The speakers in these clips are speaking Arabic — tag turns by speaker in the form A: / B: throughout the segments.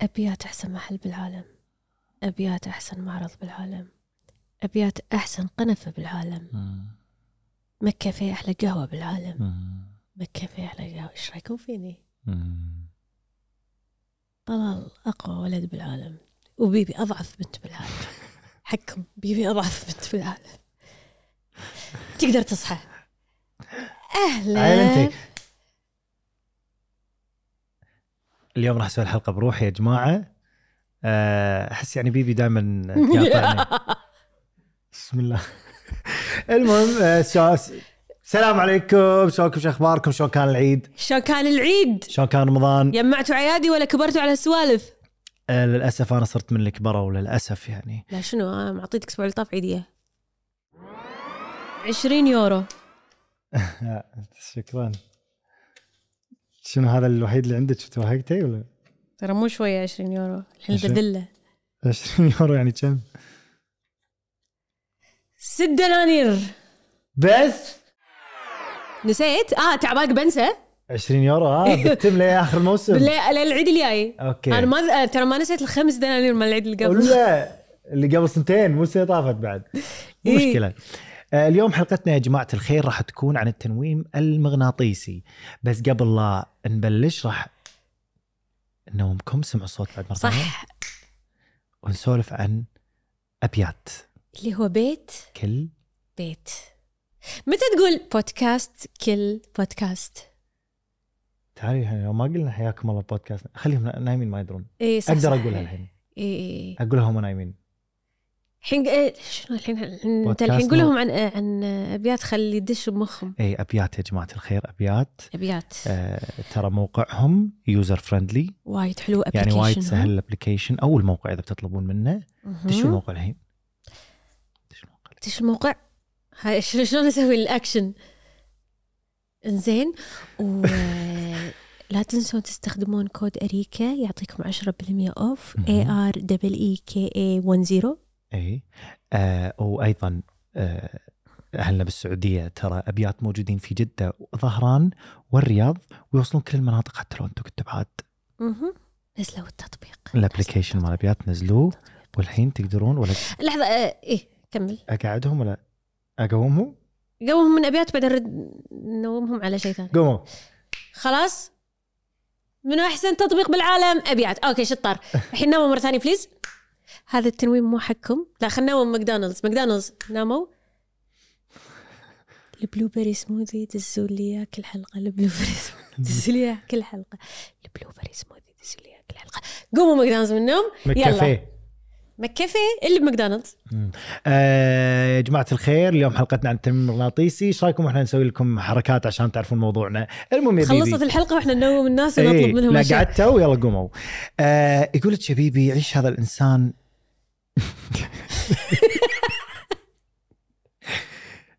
A: أبيات أحسن محل بالعالم أبيات أحسن معرض بالعالم أبيات أحسن قنفة بالعالم
B: مم.
A: مكة فيها أحلى قهوة بالعالم
B: مم.
A: مكة فيها أحلى قهوة إيش رايكم فيني
B: مم.
A: طلال أقوى ولد بالعالم وبيبي أضعف بنت بالعالم حقكم بيبي أضعف بنت بالعالم تقدر تصحى
B: عيل
A: أهلا
B: انت اليوم راح اسوي الحلقه بروحي يا جماعه آه، احس يعني بيبي دائما بسم الله المهم آه، ساس- السلام عليكم شلونكم شو اخباركم شلون كان العيد
A: شو كان العيد
B: شلون كان رمضان
A: يمعتوا عيادي ولا كبرتوا على السوالف
B: آه، للاسف انا صرت من الكبره وللاسف يعني
A: لا شنو انا معطيتك اسبوع لطاف عيديه 20 يورو
B: شكرا شنو هذا الوحيد اللي عندك توهقتي ولا
A: ترى مو شويه 20 يورو الحين
B: عشرين؟
A: بذله
B: 20 يورو يعني كم
A: ست دنانير
B: بس
A: نسيت اه تعباك بنسى
B: 20 يورو اه بتتم لي اخر الموسم
A: بالليل للعيد الجاي
B: اوكي
A: انا ما آه، ترى ما نسيت الخمس دنانير مال العيد اللي قبل
B: ولا اللي قبل سنتين مو سنه طافت بعد مو
A: إيه.
B: مشكله آه، اليوم حلقتنا يا جماعه الخير راح تكون عن التنويم المغناطيسي بس قبل لا نبلش راح نومكم سمعوا الصوت بعد مره ثانية،
A: صح
B: ونسولف عن ابيات
A: اللي هو بيت
B: كل
A: بيت متى تقول بودكاست كل بودكاست
B: تعالي الحين، لو ما قلنا حياكم الله بودكاست خليهم نايمين ما يدرون
A: اي إيه، صح
B: اقدر
A: صح.
B: اقولها الحين
A: اي إي.
B: اقولها هم نايمين
A: الحين إيه، شنو الحين انت
B: بودكاست
A: الحين قول
B: نو-
A: لهم عن عن ابيات خلي يدش بمخهم
B: اي ابيات إيه، يا جماعه الخير ابيات
A: ابيات
B: آه، ترى موقعهم يوزر فريندلي
A: وايد حلو
B: يعني وايد سهل الابلكيشن او الموقع اذا بتطلبون منه دشوا الموقع الحين دشوا الموقع الحين.
A: دش الموقع هاي شنو شلون اسوي الاكشن انزين و لا تنسون تستخدمون كود اريكا يعطيكم 10% اوف اي
B: مهم.
A: ار دبل اي كي اي 10
B: اي إيه. آه وايضا آه اهلنا بالسعوديه ترى ابيات موجودين في جده وظهران والرياض ويوصلون كل المناطق حتى لو انتم كنتوا بعاد
A: مهم. نزلوا التطبيق
B: الابلكيشن مال ابيات نزلوه والحين تقدرون ولا
A: لحظه آه، ايه كمل
B: اقعدهم ولا اقومهم؟
A: قومهم من ابيات بعدين رد نومهم على شيء ثاني
B: قوموا
A: خلاص من احسن تطبيق بالعالم ابيات اوكي شطار الحين ناموا مره ثانيه بليز هذا التنويم مو حقكم لا خلنا نوم ماكدونالدز ماكدونالدز ناموا البلو بيري سموذي دزوا لي إياه كل حلقه البلو بيري سموذي دزوا لي إياه كل حلقه البلو بيري سموذي دزوا لي إياه كل حلقه قوموا ماكدونالدز من النوم يلا.
B: مكافيه
A: مكفي اللي بماكدونالدز
B: آه، يا جماعة الخير اليوم حلقتنا عن التنميم المغناطيسي ايش رايكم احنا نسوي لكم حركات عشان تعرفون موضوعنا المهم يا بيبي
A: خلصت الحلقه واحنا ننوم الناس
B: إيه،
A: ونطلب منهم
B: لا
A: أشياء.
B: قعدتوا يلا قوموا آه يقول لك يا بيبي عيش هذا الانسان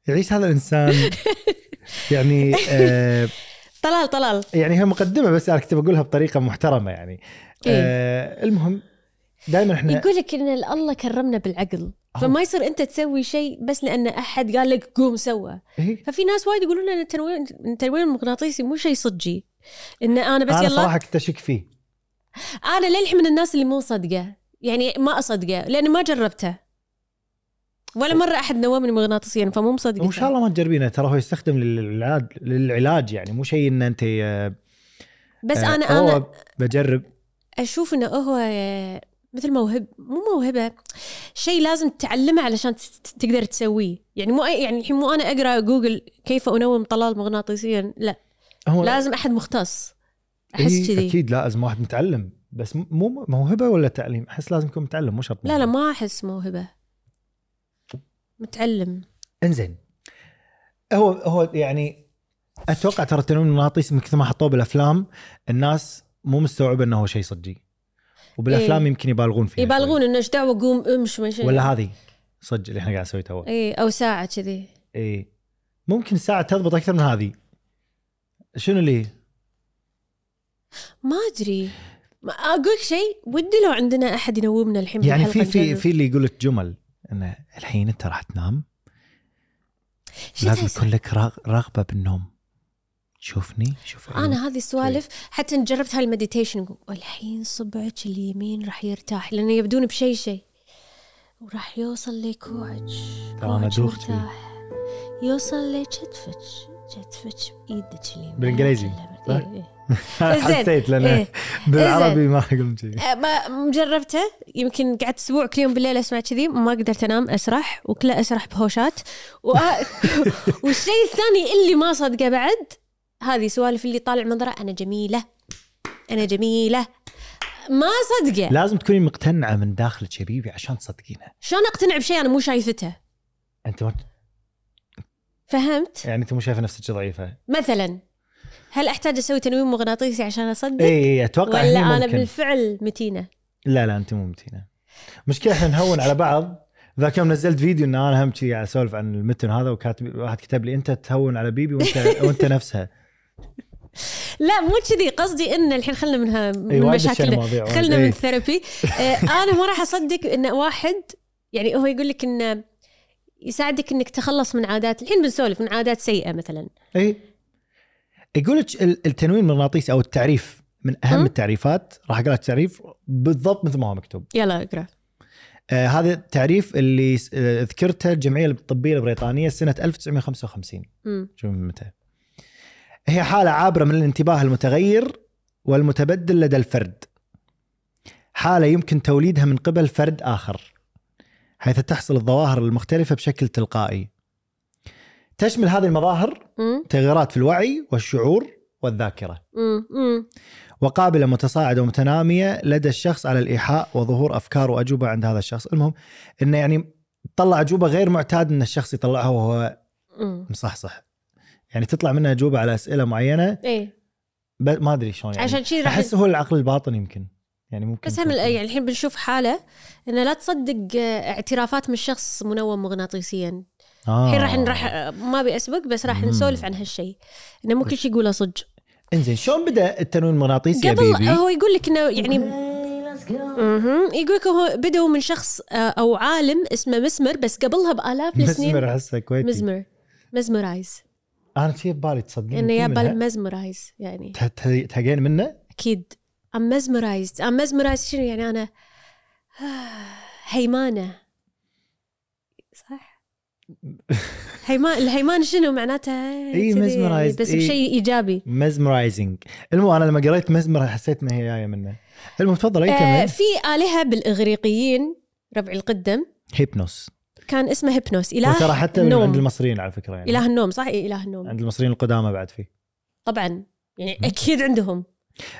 B: يعيش هذا الانسان يعني آه
A: طلال طلال
B: يعني هي مقدمه بس انا كنت بقولها بطريقه محترمه يعني آه المهم دائما احنا
A: إيه. يقول لك ان الله كرمنا بالعقل فما يصير انت تسوي شيء بس لان احد قال لك قوم سوى
B: إيه؟
A: ففي ناس وايد يقولون ان التنويم التنويم المغناطيسي مو شيء صجي ان انا بس
B: انا
A: يلا
B: صراحه كنت اشك فيه
A: انا للحين من الناس اللي مو مصدقه يعني ما اصدقه لاني ما جربته ولا مره احد نومني مغناطيسيا فمو مصدقه
B: وان شاء الله ما تجربينه ترى هو يستخدم للعلاج للعلاج يعني مو شيء ان انت آه،
A: بس انا
B: آه،
A: انا
B: أوه، بجرب
A: اشوف انه هو آه، مثل موهب مو موهبه شيء لازم تتعلمه علشان ت- ت- تقدر تسويه يعني مو أي- يعني الحين مو انا اقرا جوجل كيف انوم طلال مغناطيسيا لا
B: هو
A: لازم احد مختص
B: إيه،
A: احس كذي
B: اكيد لازم واحد متعلم بس م- مو موهبه ولا تعليم احس لازم يكون متعلم مو شرط
A: لا لا ما احس موهبه متعلم
B: انزين هو هو يعني اتوقع ترى التنويم المغناطيسي من كثر ما حطوه بالافلام الناس مو مستوعبه انه هو شيء صجي وبالافلام
A: إيه.
B: يمكن يبالغون فيها
A: يبالغون انه ايش دعوه قوم امش ما
B: شوي.
A: شيء
B: ولا هذه صج اللي احنا قاعد نسويه تو
A: اي او ساعه كذي
B: اي ممكن الساعه تضبط اكثر من هذه شنو اللي
A: ما ادري ما اقول شيء ودي لو عندنا احد ينومنا الحين
B: يعني
A: بالحلقة
B: في في
A: نجرب.
B: في اللي يقول لك جمل انه الحين انت راح تنام
A: شو
B: لازم
A: تحس؟
B: يكون لك راغ- رغبه بالنوم شوفني شوف عيوني.
A: انا هذه السوالف حتى إن جربت هالمديتيشن الحين صبعك اليمين راح يرتاح لانه يبدون بشيء شيء وراح يوصل لكوعك
B: ترى أنا
A: كوعك
B: دوخت فيه.
A: مرتاح. يوصل لكتفك كتفك بايدك اليمين
B: بالإنجليزي،
A: إيه،
B: صح؟
A: إيه. زين.
B: حسيت لان
A: إيه.
B: بالعربي ما قلت شيء
A: أه، ما م- جربته يمكن قعدت اسبوع كل يوم بالليل اسمع كذي ما قدرت انام اسرح وكله اسرح بهوشات و... والشيء الثاني اللي ما صدقه بعد هذه سوالف اللي طالع منظره انا جميله انا جميله ما صدقه
B: لازم تكوني مقتنعه من داخلك يا بيبي عشان تصدقينها
A: شلون اقتنع بشيء انا مو شايفته
B: انت ما
A: فهمت
B: يعني انت مو شايفه نفسك ضعيفه
A: مثلا هل احتاج اسوي تنويم مغناطيسي عشان اصدق
B: اي اي اتوقع
A: ولا
B: هني
A: انا
B: إيه، ممكن.
A: بالفعل متينه
B: لا لا انت مو متينه مشكله احنا نهون على بعض ذاك يوم نزلت فيديو ان انا هم شي اسولف عن المتن هذا وكاتب واحد كتب لي انت تهون على بيبي وانت وانت نفسها
A: لا مو كذي قصدي ان الحين خلنا منها
B: اي
A: من
B: إيه، وايد يعني إيه. دشينا
A: مشاكلنا
B: مواضيع وايد.
A: خلنا من
B: إي.
A: الثيرابي آه، انا ما راح اصدق ان واحد يعني هو يقول لك انه يساعدك انك تخلص من عادات الحين بنسولف من عادات سيئه مثلا
B: اي إيه. يقول لك ال- التنوين المغناطيسي او التعريف من اهم
A: مم.
B: التعريفات راح اقرا التعريف بالضبط مثل ما هو مكتوب
A: يلا اقرا
B: آه هذا التعريف اللي س- آه ذكرته الجمعيه الطبيه البريطانيه سنه 1955
A: أمم.
B: شوف من متى هي حالة عابرة من الانتباه المتغير والمتبدل لدى الفرد حالة يمكن توليدها من قبل فرد آخر حيث تحصل الظواهر المختلفة بشكل تلقائي تشمل هذه المظاهر
A: أمم.
B: تغيرات في الوعي والشعور والذاكرة
A: أمم. أمم.
B: وقابلة متصاعدة ومتنامية لدى الشخص على الإيحاء وظهور أفكار وأجوبة عند هذا الشخص المهم أنه يعني طلع أجوبة غير معتاد أن الشخص يطلعها وهو
A: أمم.
B: مصحصح يعني تطلع منها أجوبة على أسئلة معينة
A: ايه
B: ب- ما ادري شلون يعني
A: عشان شي راح
B: احس هو العقل الباطن يمكن يعني ممكن
A: بس هم
B: يكون-
A: يعني الحين بنشوف حاله انه لا تصدق آه، اعترافات من شخص منوم مغناطيسيا
B: آه.
A: الحين راح راح آه، ما بيسبق بس راح
B: مم.
A: نسولف عن هالشيء انه ممكن شي يقوله صدق
B: انزين شلون بدا التنويم المغناطيسي يا
A: قبل
B: بيبي؟
A: هو يقول لك انه يعني مهم. يقول لك هو بدأوا من شخص آه، او عالم اسمه مسمر بس قبلها بالاف السنين
B: مسمر احسه كويتي مزمر.
A: مزمر مزمرايز
B: انا شي ببالي تصدقين
A: انه يا بالمزمرايز يعني
B: تهقين منه؟
A: اكيد ام مزمرايز ام مزمرايز شنو يعني انا هيمانه صح هيمان الهيمان شنو معناتها
B: إي،
A: كذي يعني،
B: mesmerized،
A: بس
B: إي.
A: بشيء ايجابي
B: مزمرايزنج المهم انا لما قريت مزمر حسيت انها هي جايه منه المهم تفضل اي
A: آه
B: كمل
A: في الهه بالاغريقيين ربع القدم
B: هيبنوس
A: كان اسمه هيبنوس
B: وترى
A: اله
B: حتى من
A: النوم.
B: عند المصريين على فكره يعني
A: اله النوم صح إي، اله النوم
B: عند المصريين القدامى بعد فيه
A: طبعا يعني اكيد عندهم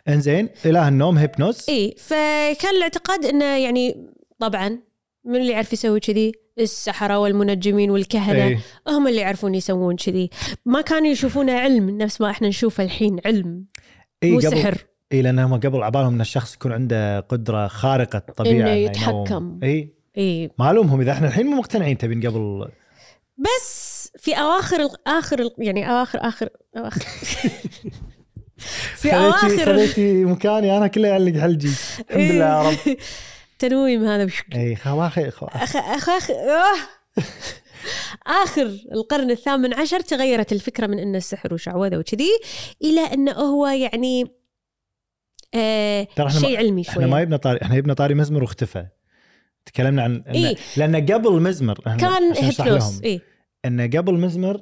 B: انزين اله النوم هيبنوس
A: اي فكان الاعتقاد انه يعني طبعا من اللي يعرف يسوي كذي السحرة والمنجمين والكهنة
B: إي.
A: هم اللي يعرفون يسوون كذي ما كانوا يشوفونه علم نفس ما احنا نشوفه الحين علم
B: إي
A: مو
B: إيه، قبل
A: سحر
B: اي لان هم قبل عبالهم ان الشخص يكون عنده قدره خارقه الطبيعه
A: إنه
B: ينوم. إيه،
A: يتحكم.
B: اي
A: اي
B: ما الومهم اذا احنا الحين مو مقتنعين تبين قبل
A: بس في اواخر ال- اخر ال- يعني اواخر اخر اواخر في
B: خليتي
A: اواخر
B: خليتي مكاني انا كله يعلق حلجي
A: إيه.
B: الحمد لله يا رب إيه،
A: تنويم هذا
B: اي خواخي خوا-
A: أخ... أخ... أخ... آه. آخر القرن الثامن عشر تغيرت الفكرة من أن السحر وشعوذة وكذي إلى أنه هو يعني آه
B: ترى إحنا ما-
A: شيء علمي
B: احنا ما
A: شوي
B: يبنى طاري احنا يبنى طاري مزمر واختفى تكلمنا عن إنه-
A: إي.
B: لان قبل مزمر إحنا
A: إيه، كان
B: عشان نشرح
A: هيبنوس
B: لهم
A: إيه؟
B: ان قبل مزمر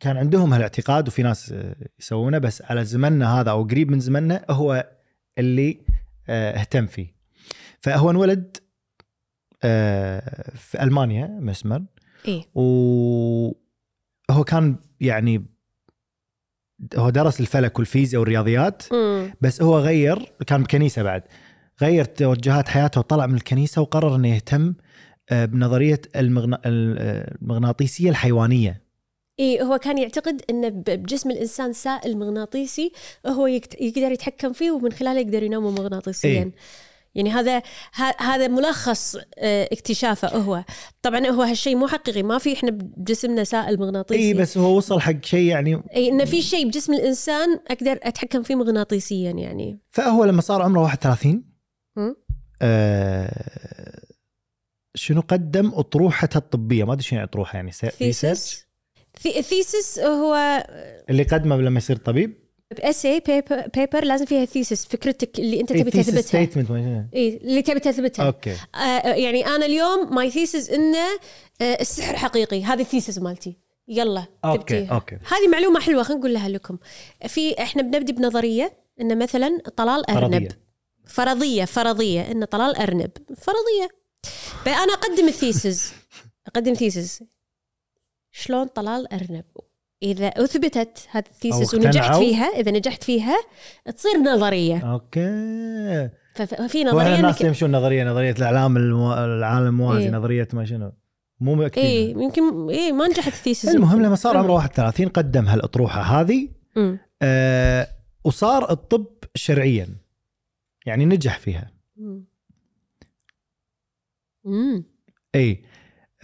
B: كان عندهم هالاعتقاد وفي ناس آه، يسوونه بس على زمننا هذا او قريب من زمننا هو اللي آه، اهتم فيه فهو انولد آه، في المانيا مسمر
A: إيه؟
B: وهو كان يعني هو درس الفلك والفيزياء والرياضيات
A: مم.
B: بس هو غير كان بكنيسه بعد غير توجهات حياته وطلع من الكنيسه وقرر انه يهتم آه، بنظريه المغنا... المغناطيسيه الحيوانيه
A: إيه هو كان يعتقد أن ب- بجسم الإنسان سائل مغناطيسي هو يكت... يقدر يتحكم فيه ومن خلاله يقدر ينومه مغناطيسيا
B: إيه.
A: يعني هذا ه... هذا ملخص آه، اكتشافه هو طبعا هو هالشيء مو حقيقي ما في احنا بجسمنا سائل مغناطيسي
B: اي بس هو وصل حق شيء يعني
A: اي انه في شيء بجسم الانسان اقدر اتحكم فيه مغناطيسيا يعني
B: فهو لما صار عمره 31
A: هم؟
B: آه شنو قدم اطروحته الطبيه ما ادري شنو يعني اطروحه يعني ثيسس
A: ثيسس ثيسس هو
B: اللي قدمه لما يصير طبيب
A: باسي بيبر, بيبر لازم فيها ثيسس فكرتك اللي انت تبي تثبتها
B: ستيتمنت
A: اي اللي تبي تثبتها
B: اوكي
A: آه يعني انا اليوم ماي ثيسز انه آه السحر حقيقي هذه الثيسز مالتي يلا
B: اوكي
A: تبتيها.
B: اوكي
A: هذه معلومه حلوه خلينا نقولها لكم في احنا بنبدي بنظريه انه مثلا طلال ارنب
B: فرضية.
A: فرضيه فرضيه ان طلال ارنب فرضيه فانا اقدم الثيسز اقدم ثيسز شلون طلال ارنب اذا اثبتت هذه الثيسز
B: أو
A: ونجحت
B: اقتنعوا.
A: فيها اذا نجحت فيها تصير نظريه
B: اوكي
A: ففي
B: وهنا
A: نظريه
B: الناس
A: إنك-
B: يمشون نظريه نظريه الاعلام المو... العالم الموازي
A: إيه.
B: إيه؟ نظريه ما شنو مو مؤكدين
A: اي
B: إيه؟
A: يمكن اي ما نجحت الثيسز
B: المهم لما صار عمره 31 قدم هالاطروحه هذه
A: مم.
B: آه وصار الطب شرعيا يعني نجح فيها
A: مم. مم.
B: اي إيه.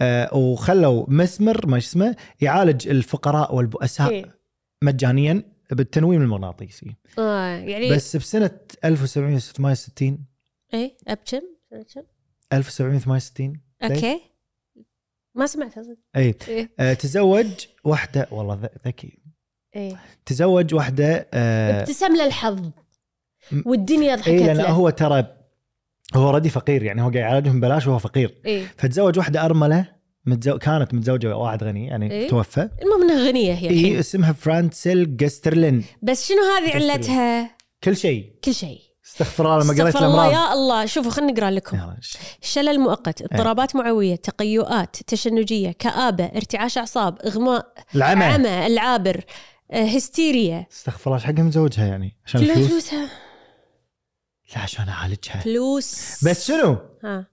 B: آه وخلوا مسمر ما اسمه يعالج الفقراء والبؤساء
A: إيه.
B: مجانيا بالتنويم المغناطيسي
A: آه، يعني
B: بس بسنه 1768
A: اي ابشم
B: طيب.
A: أبشم.
B: 1768
A: اوكي ما سمعت اصلا
B: اي
A: إيه.
B: آه تزوج واحده والله ذ- ذكي
A: ايه
B: تزوج واحده آه
A: ابتسم له الحظ
B: م-
A: والدنيا ضحكت
B: اي لان
A: له
B: إيه، هو ترى هو اوريدي فقير يعني هو قاعد يعالجهم ببلاش وهو فقير
A: ايه
B: فتزوج واحده ارمله متزو... كانت متزوجه واحد غني يعني
A: إيه.
B: إيه؟ توفى
A: المهم انها غنيه هي
B: اي
A: الحين
B: اسمها فرانسيل جسترلين
A: بس شنو هذه
B: إيه. بس
A: علتها؟
B: كل شيء
A: كل شيء
B: استغفر الله لما قريت نعم.
A: استغفر الله
B: الامراض
A: يا الله شوفوا خلينا نقرا لكم
B: يا رش.
A: شلل
B: إيه.
A: مؤقت اضطرابات معويه تقيؤات تشنجيه كابه ارتعاش اعصاب اغماء
B: العمى
A: عمى العابر آه، هستيريا
B: استغفر الله ايش حق متزوجها يعني عشان
A: فلوس
B: الفلوس
A: فلوسها
B: لا عشان اعالجها
A: فلوس
B: بس شنو
A: ها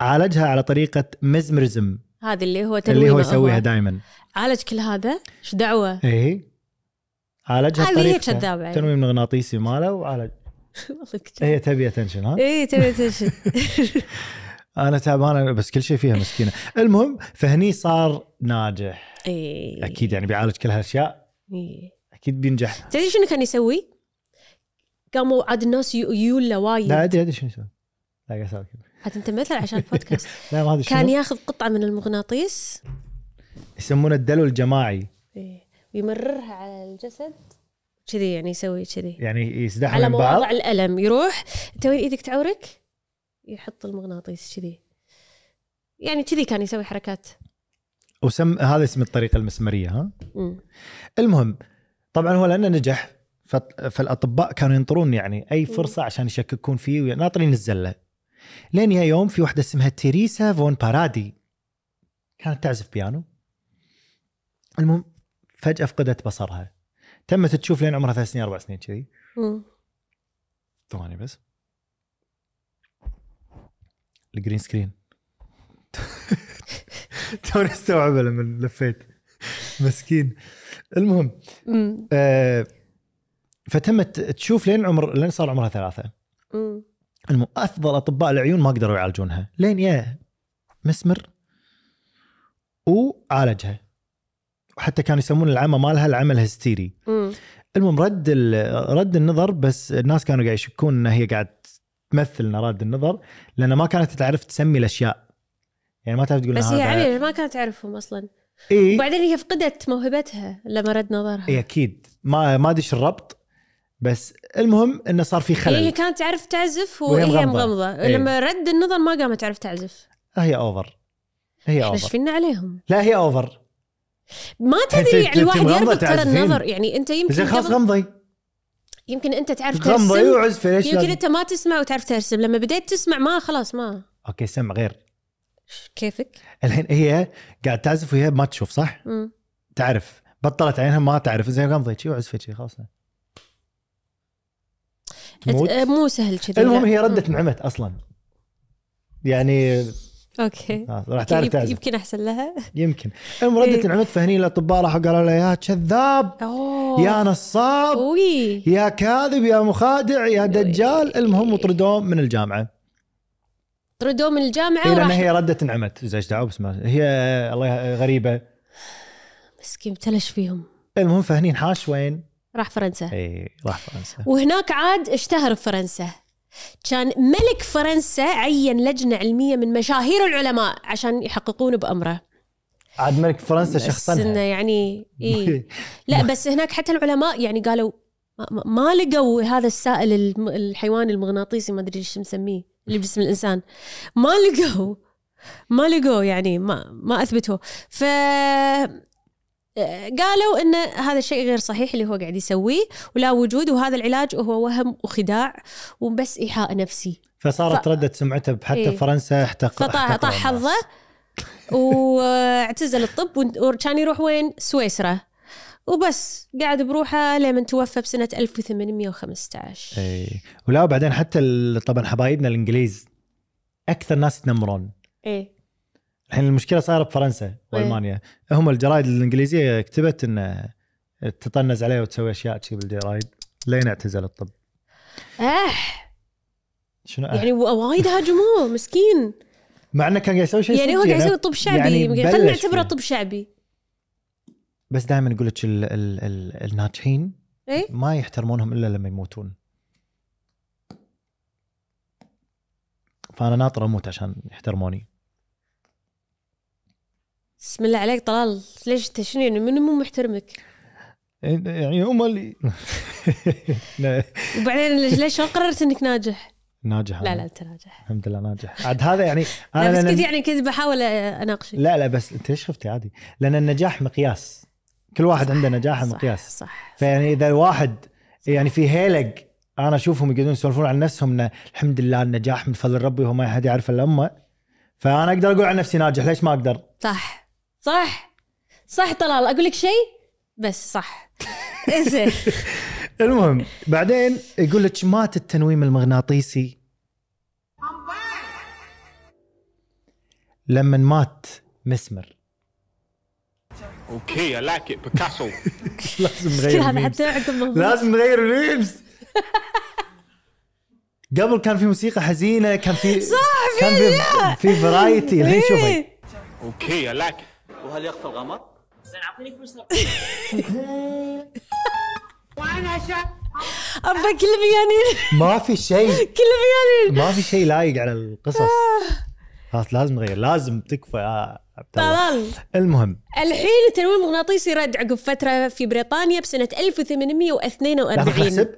B: عالجها على طريقه مزمرزم
A: هذه اللي هو
B: اللي هو
A: تنويمه
B: يسويها دائما
A: عالج كل هذا ايش دعوه
B: اي عالجها
A: هذه هي
B: بطريقته.
A: كذابه يعني.
B: تنويم مغناطيسي ماله وعالج
A: والله إيه، كذاب.
B: هي تبي اتنشن ها
A: اي تبي تنشد
B: انا تعبانه بس كل شيء فيها مسكينه المهم فهني صار ناجح
A: اي
B: اكيد يعني بيعالج كل هالاشياء
A: إي.
B: اكيد بينجح
A: تدري شنو كان يسوي؟ قاموا عاد الناس يو- يولى وايد
B: لا ادري ادري شنو يسوي لا قاعد أسولف.
A: عاد انت مثل عشان البودكاست
B: لا ما ادري
A: كان
B: شنو
A: ياخذ قطعه من المغناطيس
B: يسمونه الدلو الجماعي
A: إي، ويمررها على الجسد كذي يعني يسوي كذي
B: يعني يسدحهم
A: على
B: من بعض
A: مواضع الالم يروح انت وين ايدك تعورك؟ يحط المغناطيس كذي يعني كذي كان يسوي حركات
B: وسم هذا اسم الطريقه المسمريه ها
A: مم.
B: المهم طبعا هو لانه نجح فت- فالاطباء كانوا ينطرون يعني اي فرصه عشان يشككون فيه وناطرين الزله لين يا يوم في واحده اسمها تيريسا فون بارادي كانت تعزف بيانو المهم فجاه فقدت بصرها تمت تشوف لين عمرها ثلاث سنين اربع سنين كذي
A: مم.
B: ثواني بس الجرين سكرين توني استوعبه لما لفيت مسكين المهم
A: مم.
B: آه، فتمت تشوف لين عمر لين صار عمرها ثلاثه
A: مم.
B: الم- افضل اطباء العيون ما قدروا يعالجونها لين يا مسمر وعالجها وحتى كانوا يسمون العمى مالها العمى الهستيري
A: مم.
B: المهم رد ال- رد النظر بس الناس كانوا قاعد يشكون ان هي قاعد تمثل ان رد النظر لان ما كانت تعرف تسمي الاشياء يعني ما تعرف تقول
A: بس
B: هذا
A: هي علي ما كانت تعرفهم اصلا
B: إيه؟
A: وبعدين هي فقدت موهبتها لما رد نظرها
B: اي اكيد ما ما ادري شو الربط بس المهم انه صار في خلل
A: هي كانت تعرف تعزف
B: وهي
A: وهي مغمضة,
B: مغمضة. إيه.
A: لما رد النظر ما قامت تعرف تعزف
B: هي اوفر هي
A: احنا
B: اوفر
A: شفنا عليهم
B: لا هي اوفر
A: ما
B: أنت-
A: تدري
B: أنت
A: يعني الواحد
B: مغمضة
A: يربط ترى
B: تعزفين.
A: النظر يعني انت يمكن
B: زين خلاص
A: قبل-
B: غمضي
A: يمكن انت تعرف
B: غمضي
A: ترسم
B: وعزفي ليش
A: يمكن
B: لازم
A: انت ما تسمع وتعرف ترسم لما بديت تسمع ما خلاص ما
B: اوكي سمع غير
A: ش- كيفك
B: الحين هي قاعد تعزف وهي ما تشوف صح؟
A: مم.
B: تعرف بطلت عينها ما تعرف زين غمضي شي وعزفي شي خلاص تموت
A: أت- آه، مو سهل كذي
B: المهم
A: لا.
B: هي
A: مم.
B: ردت نعمت اصلا يعني
A: اوكي
B: آه، راح تعرف
A: يمكن,
B: تعزف
A: يمكن احسن لها
B: يمكن المهم ردت
A: إيه.
B: نعمت فهني الاطباء راحوا قالوا لها يا كذاب
A: اوه
B: يا نصاب
A: قوي
B: يا كاذب يا مخادع
A: إيه.
B: يا دجال المهم وطردوه من الجامعه
A: طردوه من الجامعه
B: إيه لان
A: وراح
B: هي ردت نعمت إذا ايش دعوه بس ما هي الله غريبه
A: مسكين ابتلش فيهم
B: المهم فهني انحاش وين؟
A: راح فرنسا
B: اي راح فرنسا
A: وهناك عاد اشتهر بفرنسا كان ملك فرنسا عين لجنة علمية من مشاهير العلماء عشان يحققون بأمره
B: عاد ملك فرنسا
A: بس انه
B: شخصنها
A: يعني اي لا بس هناك حتى العلماء يعني قالوا ما- ما, ما لقوا هذا السائل الم- الحيواني المغناطيسي ما ادري ايش مسميه اللي بجسم الانسان ما لقوا ما لقوا يعني ما ما اثبتوه ف قالوا ان هذا الشيء غير صحيح اللي هو قاعد يسويه ولا وجود وهذا العلاج هو وهم وخداع وبس ايحاء نفسي
B: فصارت
A: ف-
B: ردت سمعته ب- حتى
A: إيه.
B: فرنسا احتق
A: فطاح
B: احتقر
A: طاح
B: الناس.
A: حظه واعتزل الطب ون- وكان يروح وين؟ سويسرا وبس قاعد بروحه لمن توفى بسنة 1815
B: إيه. ولا وبعدين حتى ال- طبعا حبايبنا الانجليز اكثر ناس يتنمرون
A: ايه
B: الحين المشكله صارت بفرنسا والمانيا هم الجرايد الانجليزيه كتبت انه تطنز عليه وتسوي اشياء شي بالجرايد لين اعتزل الطب
A: اه
B: شنو يعني
A: يعني و- وايد هاجموه مسكين
B: مع انه كان قاعد يسوي شيء
A: يعني هو
B: صدق
A: قاعد يسوي طب شعبي
B: يعني
A: يعني
B: بلش
A: خلينا نعتبره
B: فيه.
A: طب شعبي
B: بس دائما يقول لك ال- ال- ال- الناجحين
A: ايه
B: ما يحترمونهم الا لما يموتون فانا ناطر اموت عشان يحترموني
A: بسم الله عليك طلال ليش انت شنو يعني من مو محترمك
B: يعني هم اللي لا،
A: وبعدين ليش- ليش ما قررت انك ناجح؟
B: ناجح
A: لا
B: أنا.
A: لا انت ناجح
B: الحمد لله ناجح عاد آه. هذا يعني
A: لا بس
B: لأن-
A: كنت يعني كنت بحاول اناقشك
B: لا لا بس انت ايش خفتي عادي لان النجاح مقياس كل واحد عنده نجاحه مقياس
A: صح
B: فيعني اذا الواحد يعني في هيلق انا اشوفهم يقعدون يسولفون عن نفسهم ان الحمد لله النجاح من فضل ربي وهو ما حد يعرف الا امه فانا اقدر اقول عن نفسي ناجح ليش ما اقدر؟
A: صح صح صح طلال اقول لك شيء بس صح زين
B: المهم بعدين يقول لك مات التنويم المغناطيسي لما مات مسمر
C: Okay, I like it, Picasso.
B: لازم
A: كل
B: نغير
A: هذا
B: الميمز.
A: حتى عندكم مهموم.
B: لازم نغير الميمز قبل كان في موسيقى حزينه كان في صح
A: في-
B: كان في في فرايتي الحين يعني شوفي
A: إيه.
C: Okay, I like it.
D: وهل يخفى الغمر؟ زين اعطيني فلوس
A: ابا كل بيانين
B: ما في شيء
A: كل بيانين
B: ما في شيء لايق على القصص خلاص لازم نغير لازم تكفى يا عبد الله
A: طلال
B: المهم
A: الحين التنويم المغناطيسي رد عقب فتره في بريطانيا بسنه
B: لا
A: 1842
B: تحسب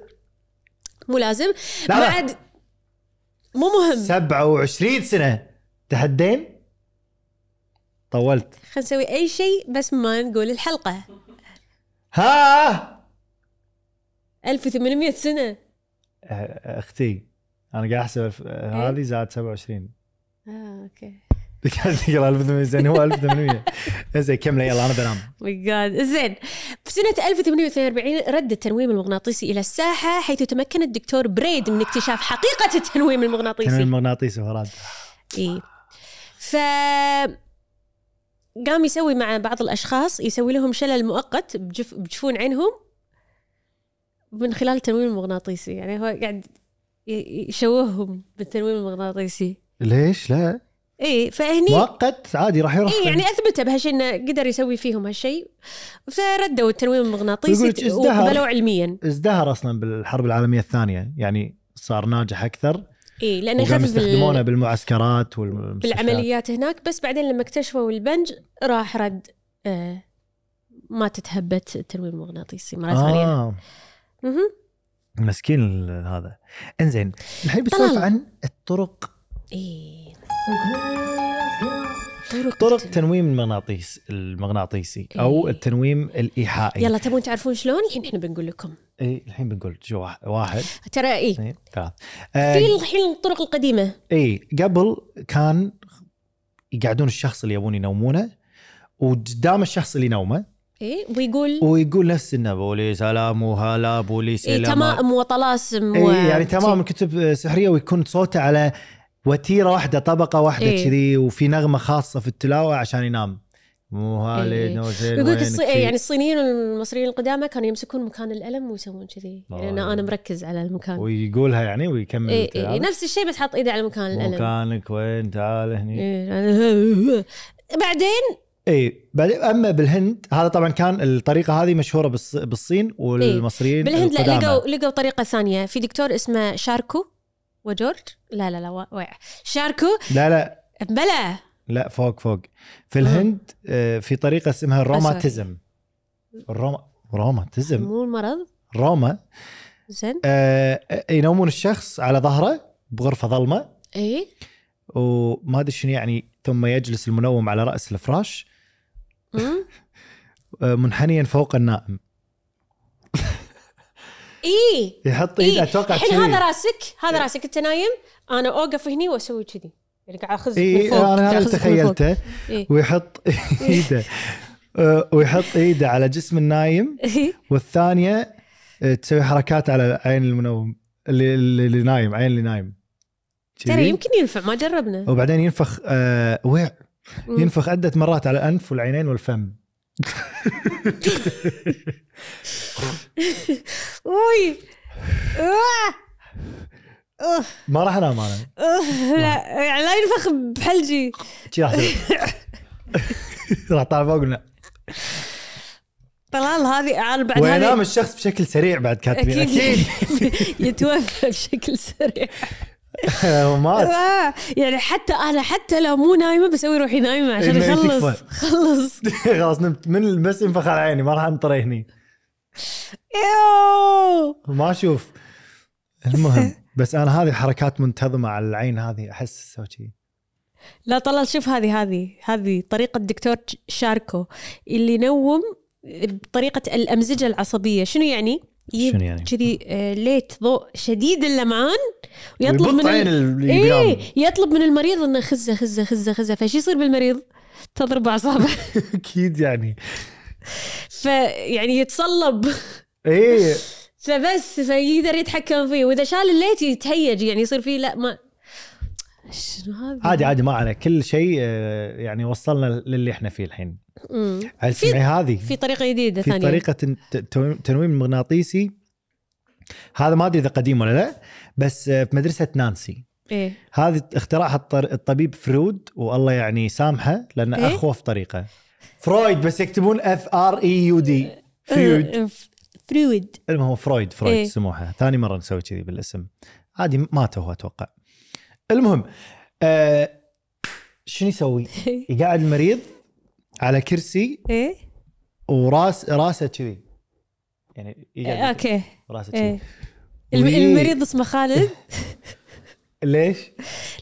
A: مو لازم
B: لا.
A: بعد مو مهم
B: 27 سنه تحدين طولت
A: خلينا نسوي اي شيء بس ما نقول الحلقه
B: ها
A: 1800 سنه
B: اختي انا آه، قاعد احسب ألف- هذه زائد 27
A: اه اوكي
B: قاعد تقرا 1800 زين هو 1800 زين كمله يلا انا بنام
A: ماي جاد زين بسنة 1842 رد التنويم المغناطيسي إلى الساحة حيث تمكن الدكتور بريد من اكتشاف حقيقة التنويم
B: كان
A: المغناطيسي
B: المغناطيسي وراد
A: إيه. ف قام يسوي مع بعض الأشخاص يسوي لهم شلل مؤقت بجف... بجفون عينهم من خلال التنويم المغناطيسي يعني هو قاعد ي- يشوههم بالتنويم المغناطيسي
B: ليش لا
A: اي فهني
B: مؤقت عادي راح يروح
A: اي إيه. يعني اثبته بهالشيء انه قدر يسوي فيهم هالشيء فردوا التنويم
B: يقول لك
A: المغناطيسي
B: ازدهر.
A: وقبلوه علميا
B: ازدهر اصلا بالحرب العالميه الثانيه يعني صار ناجح اكثر
A: اي لانه
B: وقام
A: يخفف
B: يستخدمونه
A: بال...
B: بالمعسكرات والمستشفيات آه،
A: بالعمليات هناك بس بعدين لما اكتشفوا البنج راح رد آه ما تتهبت التنويم المغناطيسي مره ثانيه
B: آه
A: مهم.
B: مسكين ال- هذا انزين الحين بنسولف
A: طلال.
B: عن الطرق
A: اي
B: طرق تنويم المغناطيس المغناطيسي او
A: إيه.
B: التنويم الايحائي
A: يلا تبون تعرفون شلون الحين احنا بنقول لكم
B: إيه الحين بنقول شو واحد- واحد
A: ترى اي
B: اثنين ثلاث
A: في الحين الطرق القديمه
B: اي قبل كان يقعدون الشخص اللي يبون ينومونه وقدام الشخص اللي ينومه
A: اي إيه، ويقول
B: ويقول نفس النبولي سلام وهلا بولي
A: اي
B: سلام
A: إيه، تمام وطلاسم و...
B: إيه يعني تمام كتب سحريه ويكون صوته على وتيره واحده طبقه واحده
A: إيه.
B: كذي وفي نغمه خاصه في التلاوه عشان ينام مو
A: إيه.
B: هالي نوزين
A: يقول لك
B: وينك
A: الص...
B: في-
A: يعني الصينيين والمصريين القدامى كانوا يمسكون مكان الالم ويسوون كذي
B: آه،
A: يعني انا
B: يعني.
A: انا مركز على المكان
B: ويقولها يعني ويكمل
A: اي
B: التلاوة.
A: اي نفس الشيء بس حاط ايده على مكان الالم
B: مكانك وين تعال هني
A: إيه، يعني- بعدين
B: اي بعدين اما إيه، بالهند هذا طبعا كان الطريقه هذه مشهوره بالص- بالصين والمصريين
A: إيه. بالهند لا
B: القدامى.
A: لقوا لقوا طريقه ثانيه في دكتور اسمه شاركو وجورج لا لا لا وا- واع شاركو
B: لا لا
A: بلا
B: لا فوق فوق في الهند آه، في طريقه اسمها الروماتيزم الروما روماتيزم
A: مو المرض
B: روما
A: زين
B: آه، ينومون الشخص على ظهره بغرفه ظلمه
A: اي
B: وما ادري شنو يعني ثم يجلس المنوم على راس الفراش
A: أمم.
B: آه، منحنيا فوق النائم
A: اي
B: يحط
A: إيه.
B: ايده اتوقع
A: الحين
B: كذي.
A: هذا راسك هذا راسك انت نايم انا اوقف هني واسوي كذي يعني قاعد اخذ
B: اي
A: من فوق
B: انا هذا
A: قاعد
B: اللي
A: أخذك من فوق.
B: إيه، تخيلته
A: إيه.
B: ويحط ايده آه، ويحط ايده على جسم النايم
A: إيه.
B: والثانيه آه، تسوي حركات على عين المنوم اللي اللي اللي نايم عين اللي نايم كذي.
A: ترى يمكن ينفع ما جربنا
B: وبعدين ينفخ آه وع-
A: مم.
B: ينفخ عده مرات على الانف والعينين والفم
A: اوي آه. أوه.
B: ما راح انام انا
A: أوه. لا يعني لا ينفخ بحلجي
B: شي راح أسوي. راح طالع فوق ولا-
A: طلال هذه انا بعد
B: وينام
A: هذه
B: الشخص بشكل سريع بعد كاتبين
A: اكيد
B: اكيد
A: يتوفى بشكل سريع
B: هو مات
A: آه. يعني حتى انا حتى لو مو نايمه بسوي روحي نايمه عشان
B: إنه
A: يخلص
B: تكفى.
A: خلص
B: خلاص نمت من بس ينفخ على عيني ما راح انطر هني
A: يو
B: ما اشوف المهم بس انا هذه حركات منتظمه على العين هذه احس اسوي شي.
A: لا طلال شوف هذه هذه هذه طريقة دكتور شاركو اللي ينوم بطريقة الأمزجة العصبية شنو يعني؟
B: شنو يعني؟
A: كذي آه، ليت ضوء شديد اللمعان ويطلب
B: ويبط
A: من
B: عين
A: ال...
B: ال-
A: إيه
B: القرام.
A: يطلب من المريض انه خزه خزه خزه خزه فشي يصير بالمريض؟ تضرب اعصابه
B: اكيد يعني
A: فيعني يعني يتصلب
B: ايه
A: فبس فيقدر يتحكم فيه واذا شال الليت يتهيج يعني يصير فيه لا ما شنو هذا؟
B: عادي عادي ما عليه كل شيء آه، يعني وصلنا للي احنا فيه الحين
A: مم.
B: هل
A: في-
B: تسمعي هذه
A: في طريقة جديدة
B: في
A: ثانية
B: طريقة ت- تنويم المغناطيسي هذا ما ادري اذا قديم ولا لا بس آه، في مدرسة نانسي
A: ايه
B: هذه اختراعها الطر- الطبيب فرويد والله يعني سامحه لان
A: إيه؟
B: اخوه في طريقه فرويد بس يكتبون E اف ار اي يو دي فرويد
A: Uh, فرويد
B: المهم هو فرويد فرويد
A: إيه.
B: إيه؟ سموحه ثاني مره نسوي كذي بالاسم عادي مات هو اتوقع المهم آه شنو يسوي؟ يقعد المريض على كرسي
A: ايه
B: وراس راسه كذي يعني يقعد
A: اوكي
B: راسه كذي
A: ايه آه، الم-
B: وي-
A: المريض اسمه خالد
B: ليش؟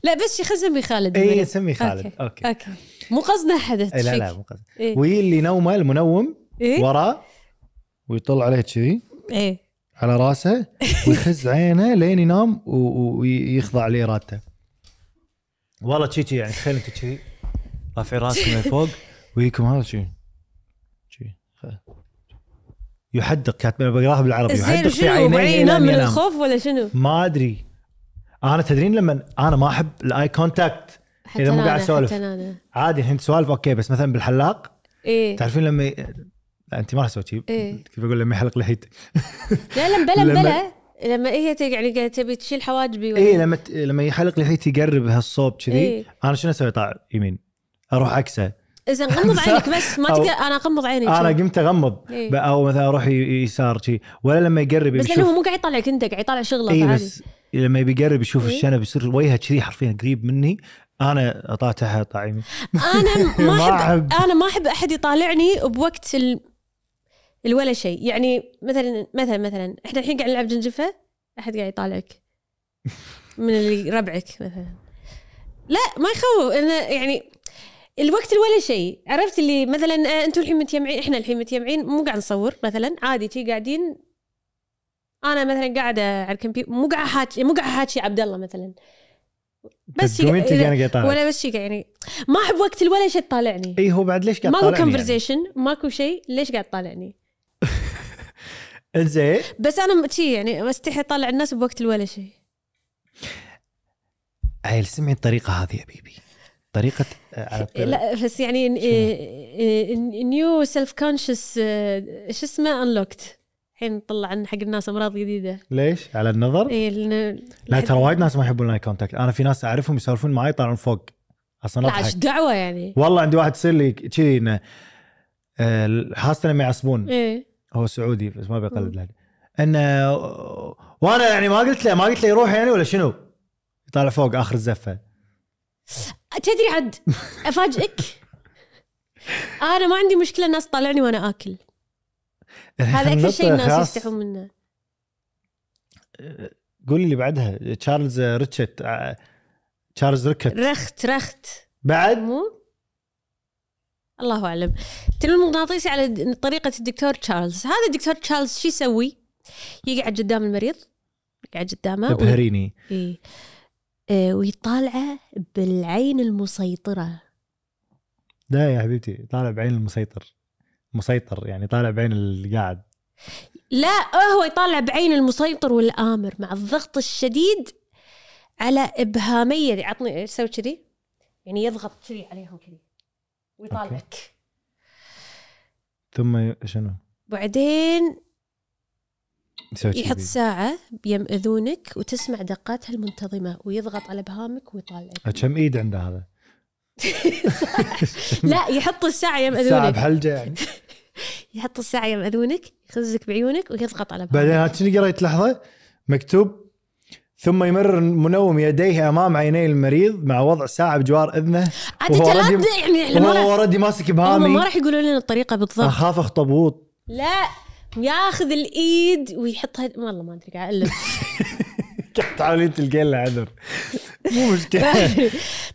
A: لا بس شي خزن بخالد
B: اي
A: المريض.
B: إيه، سمي خالد اوكي, أوكي.
A: اوكي مو قصده حدث
B: لا لا
A: شك.
B: مو قصدي.
A: إيه.
B: وي اللي نومه المنوم
A: ايه
B: وراه ويطل عليه كذي
A: ايه
B: على راسه ويخز عينه لين ينام و- و- ويخضع لارادته. والله تشي تشي يعني تخيل انت تشي رافعين راسكم لفوق ويكم هذا شي شي خ- يحدق كاتبين بقراها بالعربي
A: زين
B: يحدق في
A: شنو
B: عينيه
A: بعدين ينام من
B: ينام.
A: الخوف ولا شنو؟
B: ما ادري انا تدرين لما انا ما احب الاي كونتاكت
A: حتى
B: إذا مو
A: أنا-
B: قاعد أسولف.
A: حتى أنا.
B: عادي الحين سوالف اوكي بس مثلا بالحلاق
A: ايه
B: تعرفين لما ي- لا انت ما راح تسوي شي
A: إيه.
B: كيف اقول لما يحلق لحيتك
A: لا لا بلا
B: لما-
A: بلا لما هي تق- يعني قاعدة تبي تشيل حواجبي ولا-
B: اي إيه، لما ت... لما يحلق لحيتي يقرب هالصوب كذي
A: إيه.
B: إيه؟ انا شنو اسوي طالع يمين اروح عكسه
A: اذا غمض عينك بس ما
B: أو-
A: تقدر انا اغمض عيني
B: انا
A: شي.
B: قمت اغمض
A: إيه.
B: إيه؟ او مثلا اروح ي- يسار كذي ولا لما يقرب
A: بس لانه هو
B: يشوف
A: مو قاعد يطالعك انت قاعد يطالع شغله
B: اي
A: فعادي.
B: إيه، بس لما يبي يقرب يشوف
A: إيه.
B: إيه؟ الشنب يصير وجهه كذي حرفيا قريب مني انا اطالع تحت اطالع يمين
A: انا ما
B: ما
A: احب
B: أحب.
A: انا ما احب احد يطالعني بوقت ال... الولا شيء يعني مثلا مثلا مثلا احنا الحين قاعد نلعب جنجفه احد قاعد يطالعك من اللي ربعك مثلا لا ما يخوف انا يعني الوقت الولا شيء عرفت اللي مثلا آه، انتم الحين متجمعين احنا الحين متجمعين مو قاعد نصور مثلا عادي شي قاعدين انا مثلا قاعده على الكمبيوتر مو قاعد حاكي مو قاعد حاكي عبد الله مثلا بس
B: تقومين تلقاني قاعد اطالع
A: ولا بس شي يعني ما احب وقت الولا شيء تطالعني
B: اي هو بعد ليش إيه، قاعد
A: ماكو
B: طالعني يعني؟
A: كونفرزيشن ماكو شيء ليش قاعد تطالعني
B: انزين
A: بس انا م- شي يعني استحي اطالع الناس بوقت الولا شيء
B: عيل سمعي الطريقه هذه يا بيبي طريقه آه، على الطريقة.
A: لا بس يعني إيه، نيو سيلف كونشس آه، شو اسمه انلوكت الحين طلع عن حق الناس امراض جديده
B: ليش على النظر
A: اي لأن-
B: لا ترى وايد ناس ما يحبون الاي كونتاكت انا في ناس اعرفهم يسولفون معي يطالعون فوق اصلا
A: لا
B: اضحك
A: ايش دعوه يعني
B: والله عندي واحد يصير لي كذي انه آه، خاصه لما يعصبون
A: ايه
B: هو سعودي بس ما بيقلد لهذا انه وانا يعني ما قلت له ما قلت له يروح يعني ولا شنو؟ يطالع فوق اخر الزفه
A: تدري عد افاجئك انا ما عندي مشكله الناس تطالعني وانا اكل هذا اكثر شيء الناس يستحون منه
B: آه، قولي اللي بعدها تشارلز ريتشت آه، تشارلز ريكت
A: رخت رخت
B: بعد
A: مو الله اعلم تلو المغناطيسي على د- طريقه الدكتور تشارلز هذا الدكتور تشارلز شو يسوي يقعد قدام المريض يقعد قدامه
B: طيب،
A: وي-
B: ابهريني
A: إيه. إيه، ويطالعه بالعين المسيطره
B: لا يا حبيبتي طالع بعين المسيطر مسيطر يعني طالع بعين اللي قاعد
A: لا هو يطالع بعين المسيطر والآمر مع الضغط الشديد على إبهامية عطني سوي كذي يعني يضغط كذي عليهم كذي ويطالعك
B: ثم ي- شنو
A: بعدين
B: يسوي شي
A: يحط
B: بيه.
A: ساعة بيم أذونك وتسمع دقاتها المنتظمة ويضغط على إبهامك ويطالعك
B: كم ايد عنده هذا؟
A: لا يحط الساعة يم
B: ساعة
A: أذونك
B: بحلجة يعني
A: يحط الساعة يم أذونك يخزك بعيونك ويضغط على
B: بعدين
A: إبهامك
B: هات شنو قريت لحظة مكتوب ثم يمرر منوم يديه امام عيني المريض مع وضع ساعة بجوار اذنه
A: عادة
B: وهو
A: لا
B: رجم-
A: أبدأ يعني إحنا ما
B: وهو آه.
A: راح-
B: اوريدي ماسك
A: هم ما
B: ابهامي
A: راح يقولوا لنا الطريقة بالضبط
B: اخاف اخطبوط
A: لا ياخذ الايد ويحطها والله ما ادري قاعد الف
B: تحاولين تلقين له عذر مو مشكلة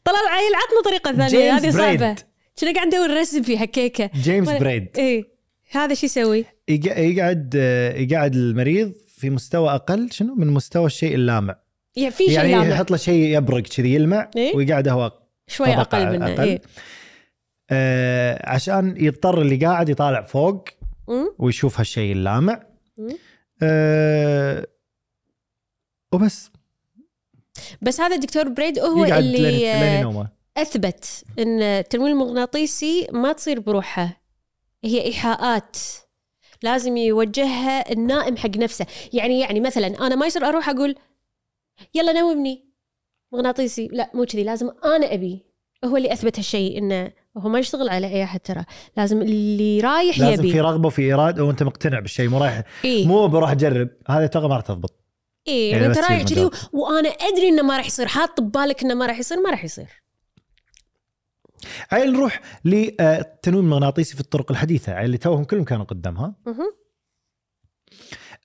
A: طلال عيل عطنا طريقه ثانيه
B: جيمس
A: هذه صعبه
B: بريد.
A: كنا قاعد ندور ريسبي حكيكه
B: جيمس
A: ولا-
B: بريد
A: ايه هذا شو يسوي؟
B: يق- يقعد يقعد المريض في مستوى اقل شنو من مستوى الشيء اللامع
A: يعني في شيء
B: يعني
A: لامع
B: يحط له شيء يبرق كذي يلمع
A: إيه؟
B: ويقعد هو
A: شوي
B: طبقة
A: اقل
B: على
A: منه
B: الأقل.
A: ايه
B: آه عشان يضطر اللي قاعد يطالع فوق
A: أم؟
B: ويشوف هالشيء اللامع
A: مم.
B: آه وبس
A: بس هذا الدكتور بريد هو
B: يقعد لين-
A: اللي
B: لين
A: آه،
B: ينومه
A: اثبت ان التنويم المغناطيسي ما تصير بروحها هي ايحاءات لازم يوجهها النائم حق نفسه يعني يعني مثلا انا ما يصير اروح اقول يلا نومني مغناطيسي لا مو كذي لازم انا ابي هو اللي اثبت هالشيء انه هو ما يشتغل على اي احد ترى لازم اللي رايح
B: لازم في
A: يبي
B: رغبه وفي اراده وانت مقتنع بالشيء مو رايح
A: إيه؟
B: مو بروح اجرب هذا ترى ما راح تضبط
A: ايه
B: يعني
A: يعني انت
B: بس
A: رايح
B: يصير
A: كذي
B: مجال.
A: و- وانا ادري انه ما راح يصير حاط ببالك انه ما راح يصير ما راح يصير
B: عيل نروح للتنويم المغناطيسي في الطرق الحديثه عيل اللي توهم كلهم كانوا قدام ها
A: مهم.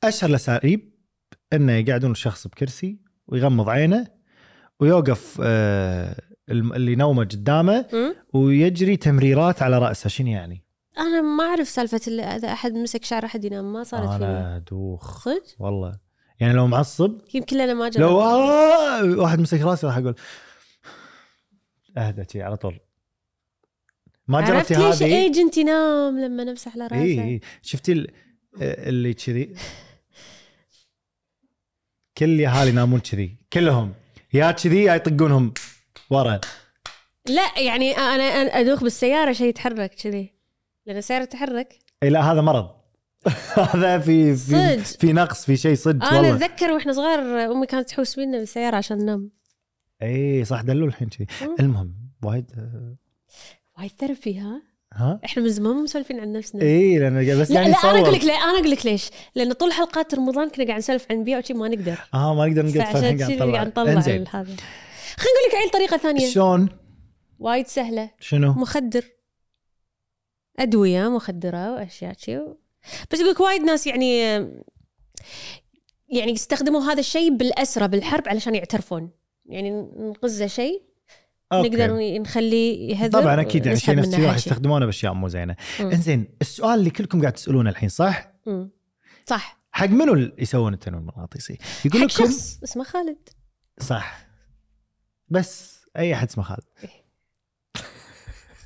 B: اشهر الاساليب انه يقعدون الشخص بكرسي ويغمض عينه ويوقف آه الم- اللي نومه قدامه
A: مم.
B: ويجري تمريرات على راسه شنو يعني؟
A: انا ما اعرف سالفه ال- اذا احد مسك شعر احد ينام ما صارت فيني
B: انا دوخ
A: صدق
B: والله يعني لو معصب
A: يمكن انا ما
B: لو
A: جربت
B: آه واحد مسك راسي راح اقول اهدى شي على طول ما
A: عرفت
B: جربتي
A: ليش
B: هذه؟
A: ايجنت ينام لما نمسح على راسه
B: اي اي إيه، شفتي ال- آه، اللي كذي كل يا هالي ينامون كذي كلهم يا كذي يا يطقونهم ورا
A: لا يعني أنا- انا ادوخ بالسياره شيء يتحرك كذي لان السياره تتحرك
B: اي إيه، لا هذا مرض هذا في في,
A: صدق.
B: في نقص في شيء صدق
A: انا
B: والله
A: اتذكر واحنا صغار امي كانت تحوس بينا بالسياره عشان ننام
B: اي إيه، صح دلوا الحين كذي
A: مم.
B: المهم وايد
A: وهاي الثيرابي ها
B: ها
A: احنا من زمان مو مسولفين عن نفسنا
B: اي لان بس
A: لا,
B: إيه، يعني
A: لا انا اقول
B: صور.
A: لك ليه انا اقول لك ليش؟ لان طول حلقات رمضان كنا قاعد نسولف عن بيئه وشي ما نقدر
B: اه ما نقدر نقطع
A: فعشان كذي
B: فالحين
A: قاعد
B: قاعد
A: نطلع
B: انزين
A: ال- هذا خليني اقول لك عيل طريقه ثانيه
B: شلون
A: وايد سهله
B: شنو؟
A: مخدر ادويه مخدره واشياء شي و- بس يقولك وايد ناس يعني يعني يستخدموا هذا الشيء بالاسرى بالحرب علشان يعترفون يعني نقزه شيء
B: أوكي.
A: نقدر نخليه يهذب
B: طبعا اكيد يعني
A: ونسحب
B: شيء
A: منه
B: نفسي راح
A: حاجة.
B: يستخدمونه باشياء مو زينه
A: مم.
B: انزين السؤال اللي كلكم قاعد تسالونه الحين صح؟
A: مم. صح
B: حق منو اللي يسوون التنويم المغناطيسي؟ يقول
A: حق
B: لكم
A: شخص اسمه خالد
B: صح بس اي احد اسمه خالد
A: إيه.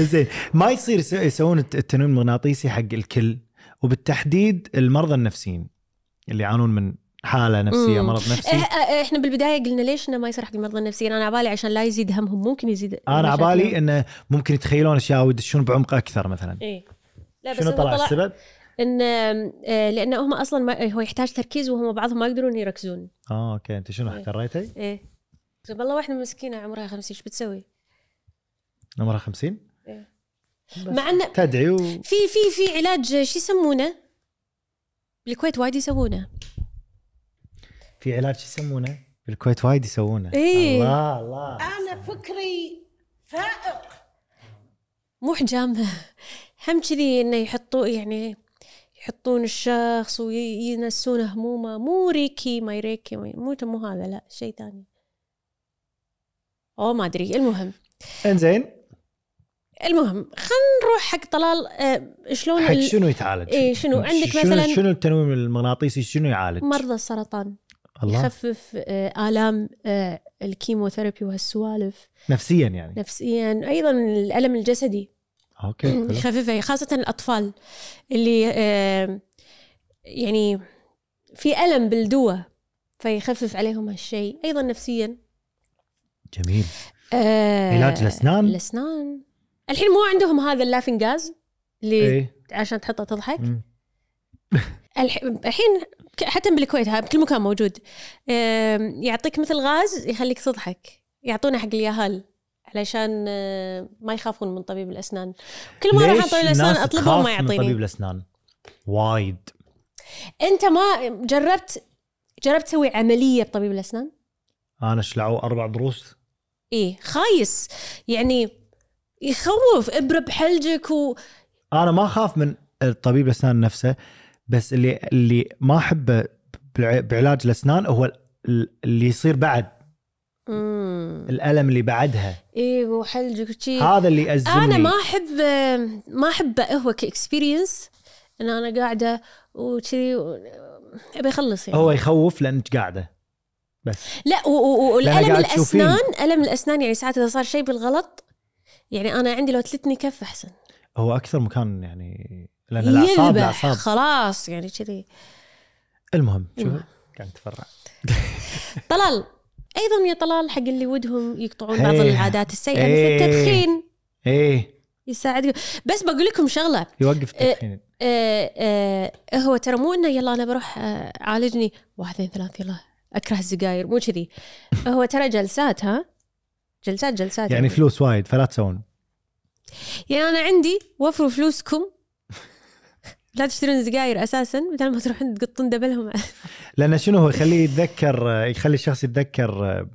B: زين ما يصير يس- يسوون الت- التنويم المغناطيسي حق الكل وبالتحديد المرضى النفسيين اللي يعانون من حاله نفسيه
A: مم. إيه،
B: مرض
A: إح-
B: نفسي
A: إح- احنا بالبدايه قلنا ليش انه ما يصير حق المرضى النفسيين انا عبالي عشان لا يزيد همهم ممكن يزيد
B: انا
A: مشاكلهم.
B: عبالي انه ممكن يتخيلون اشياء ويدشون بعمق اكثر مثلا
A: ايه لا بس
B: شنو
A: هو
B: طلع السبب؟
A: ان آه، لان هم اصلا ما هو يحتاج تركيز وهم بعضهم ما يقدرون يركزون
B: اه اوكي انت شنو
A: إيه.
B: حكريتي؟
A: ايه طيب والله واحده مسكينه عمرها 50 ايش بتسوي؟
B: نمره 50
A: إيه.
B: بس
A: مع انه
B: تدعي و...
A: في في في علاج شو يسمونه؟ بالكويت وايد يسوونه
B: في علاج شو يسمونه؟ بالكويت وايد يسوونه
A: إيه.
B: الله الله
D: انا
E: فكري فائق
A: مو حجامها هم كذي انه يحطوا يعني يحطون الشخص وينسون همومه مو ريكي ما ريكي ما- مو مو هذا لا شيء ثاني او ما ادري المهم
B: انزين
A: المهم خلينا نروح حق طلال آه، شلون
B: حق
A: ال-
B: شنو يتعالج؟
A: إيه، شنو؟ عندك
B: شنو
A: مثلاً-
B: شنو التنويم المغناطيسي شنو يعالج؟
A: مرضى السرطان
B: الله
A: يخفف آه، الام آه، الكيموثيرابي وهالسوالف
B: نفسيا يعني
A: نفسيا ايضا الالم الجسدي
B: اوكي
A: إيه،
B: حلو.
A: خفيفة خاصة الأطفال اللي آه، يعني في ألم بالدواء فيخفف عليهم هالشيء أيضا نفسيا
B: جميل
A: آه،
B: علاج الاسنان
A: الأسنان الحين مو عندهم هذا اللافين غاز اللي
B: اي
A: عشان تحطه تضحك
B: إيه. مم.
A: الح- الحين ك- حتى بالكويت ها بكل مكان موجود آم، يعطيك مثل غاز يخليك تضحك يعطونه حق اليهال علشان آه، ما يخافون من طبيب الاسنان كل مره اروح
B: ليش
A: عند طبيب الاسنان
B: الناس
A: اطلبه وما
B: تخاف من
A: يعطيني
B: طبيب الاسنان وايد
A: انت ما جربت جربت تسوي عمليه بطبيب الاسنان؟
B: انا شلعوا اربع ضروس
A: ايه خايس يعني يخوف ابره بحلجك و
B: انا ما اخاف من الطبيب الاسنان نفسه بس اللي اللي ما احبه بالع- بعلاج الاسنان هو ال- اللي يصير بعد
A: مم.
B: الالم اللي بعدها
A: ايه وحلجك وشي
B: هذا اللي يأزمني
A: انا ما احب ما احبه هو كاكسبيرينس ان انا قاعده وكذي و- ابي اخلص يعني
B: هو يخوف لانك قاعده بس
A: لا و- و- و-
B: لأنها
A: والالم
B: قاعد تشوفين.
A: الاسنان الم الاسنان يعني ساعات اذا صار شيء بالغلط يعني انا عندي لو تلتني كف احسن
B: هو اكثر مكان يعني لان الاعصاب
A: يذبح
B: الاعصاب
A: خلاص يعني كذي
B: المهم
A: المهم.
B: شوف قاعد تفرع
A: طلال ايضا يا طلال حق اللي ودهم يقطعون بعض
B: إيه.
A: العادات السيئه
B: إيه.
A: مثل التدخين
B: ايه
A: يساعدكم بس بقول لكم شغله
B: يوقف
A: إيه.
B: التدخين
A: آه آه هو ترى مو انه يلا انا بروح آه عالجني واحد اثنين ثلاث يلا اكره السجاير مو كذي هو ترى جلسات ها جلسات جلسات
B: يعني فلوس وايد فلا تسوون
A: يعني انا عندي وفروا فلوسكم لا تشترون سجاير اساسا بدل ما تروحون تقطون دبلهم
B: لان شنو هو يخليه يتذكر يخلي الشخص يتذكر آه،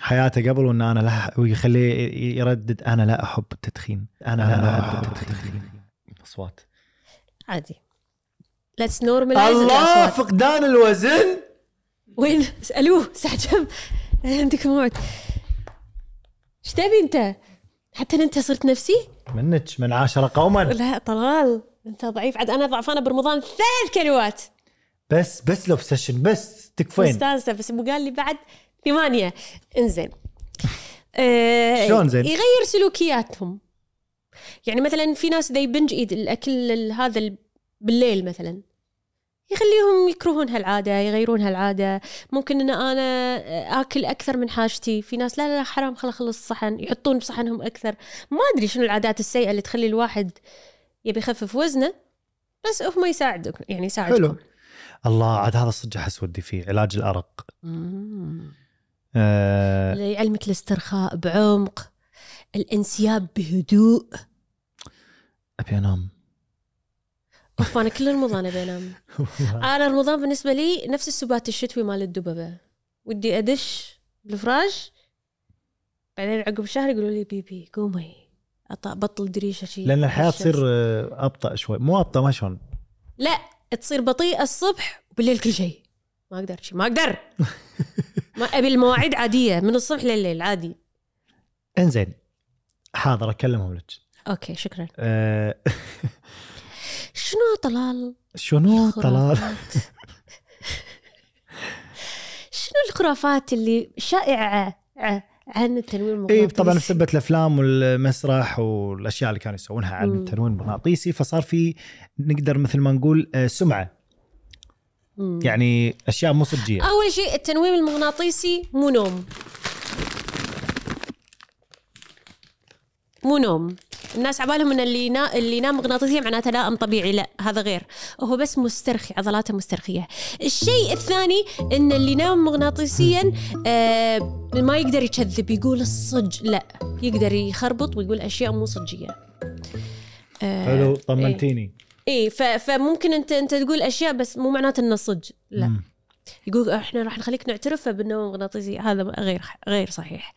B: حياته قبل وان انا لا ويخليه يردد انا لا احب التدخين انا لا, احب التدخين اصوات
A: عادي ليتس نورماليز
B: الله فقدان الوزن
A: وين اسالوه ساعة كم عندك موعد ايش تبي انت حتى انت صرت نفسي
B: منك من عاشر قوما
A: لا طلال انت ضعيف عاد انا ضعفانه برمضان ثلاث كيلوات
B: بس بس لو بسيشن بس تكفين
A: مستانسه بس ابو قال لي بعد ثمانيه انزين آه،
B: شلون زين؟
A: يغير سلوكياتهم يعني مثلا في ناس ذي بنج ايد الاكل ال- هذا ال- بالليل مثلا يخليهم يكرهون هالعاده يغيرون هالعاده ممكن ان انا آه، اكل اكثر من حاجتي في ناس لا لا, لا حرام خل اخلص الصحن يحطون بصحنهم اكثر ما ادري شنو العادات السيئه اللي تخلي الواحد يبي يخفف وزنه بس هم يساعدك يعني يساعدكم
B: حلو الله عاد هذا الصج احس ودي فيه علاج الارق
A: مم.
B: آه
A: يعلمك الاسترخاء بعمق الانسياب بهدوء
B: ابي انام
A: اوف انا كل رمضان ابي انام انا رمضان بالنسبه لي نفس السبات الشتوي مال الدببه ودي ادش الفراش بعدين عقب شهر يقولوا لي بيبي قومي أط- بطل دريشه شي
B: لان الحياه
A: الشمس.
B: تصير آه، ابطا شوي مو ابطا ما شلون
A: لا تصير بطيئه الصبح وبالليل كل شيء ما اقدر شي ما اقدر ما ابي المواعيد عاديه من الصبح لليل عادي
B: انزين حاضر اكلمهم لك
A: اوكي شكرا
B: آه،
A: شنو طلال
B: شنو طلال
A: خرافات. شنو الخرافات اللي شائعة عن التنوير المغناطيسي؟
B: اي طبعا بسبه الافلام والمسرح والاشياء اللي كانوا يسوونها عن
A: مم.
B: التنويم المغناطيسي فصار في نقدر مثل ما نقول آه، سمعه
A: مم.
B: يعني اشياء مو صجيه
A: أول شيء التنويم المغناطيسي مو نوم مو نوم الناس عبالهم ان اللي ينا... اللي ينام مغناطيسيا معناته نائم طبيعي لا هذا غير هو بس مسترخي عضلاته مسترخيه الشيء الثاني ان اللي ينام مغناطيسيا آه ما يقدر يكذب يقول الصج لا يقدر يخربط ويقول اشياء مو صجيه آه
B: حلو طمنتيني
A: إيه، اي ف... فممكن انت انت تقول اشياء بس مو معناته انه صج لا
B: مم.
A: يقول احنا راح نخليك نعترف بالنوم المغناطيسي هذا غير غير صحيح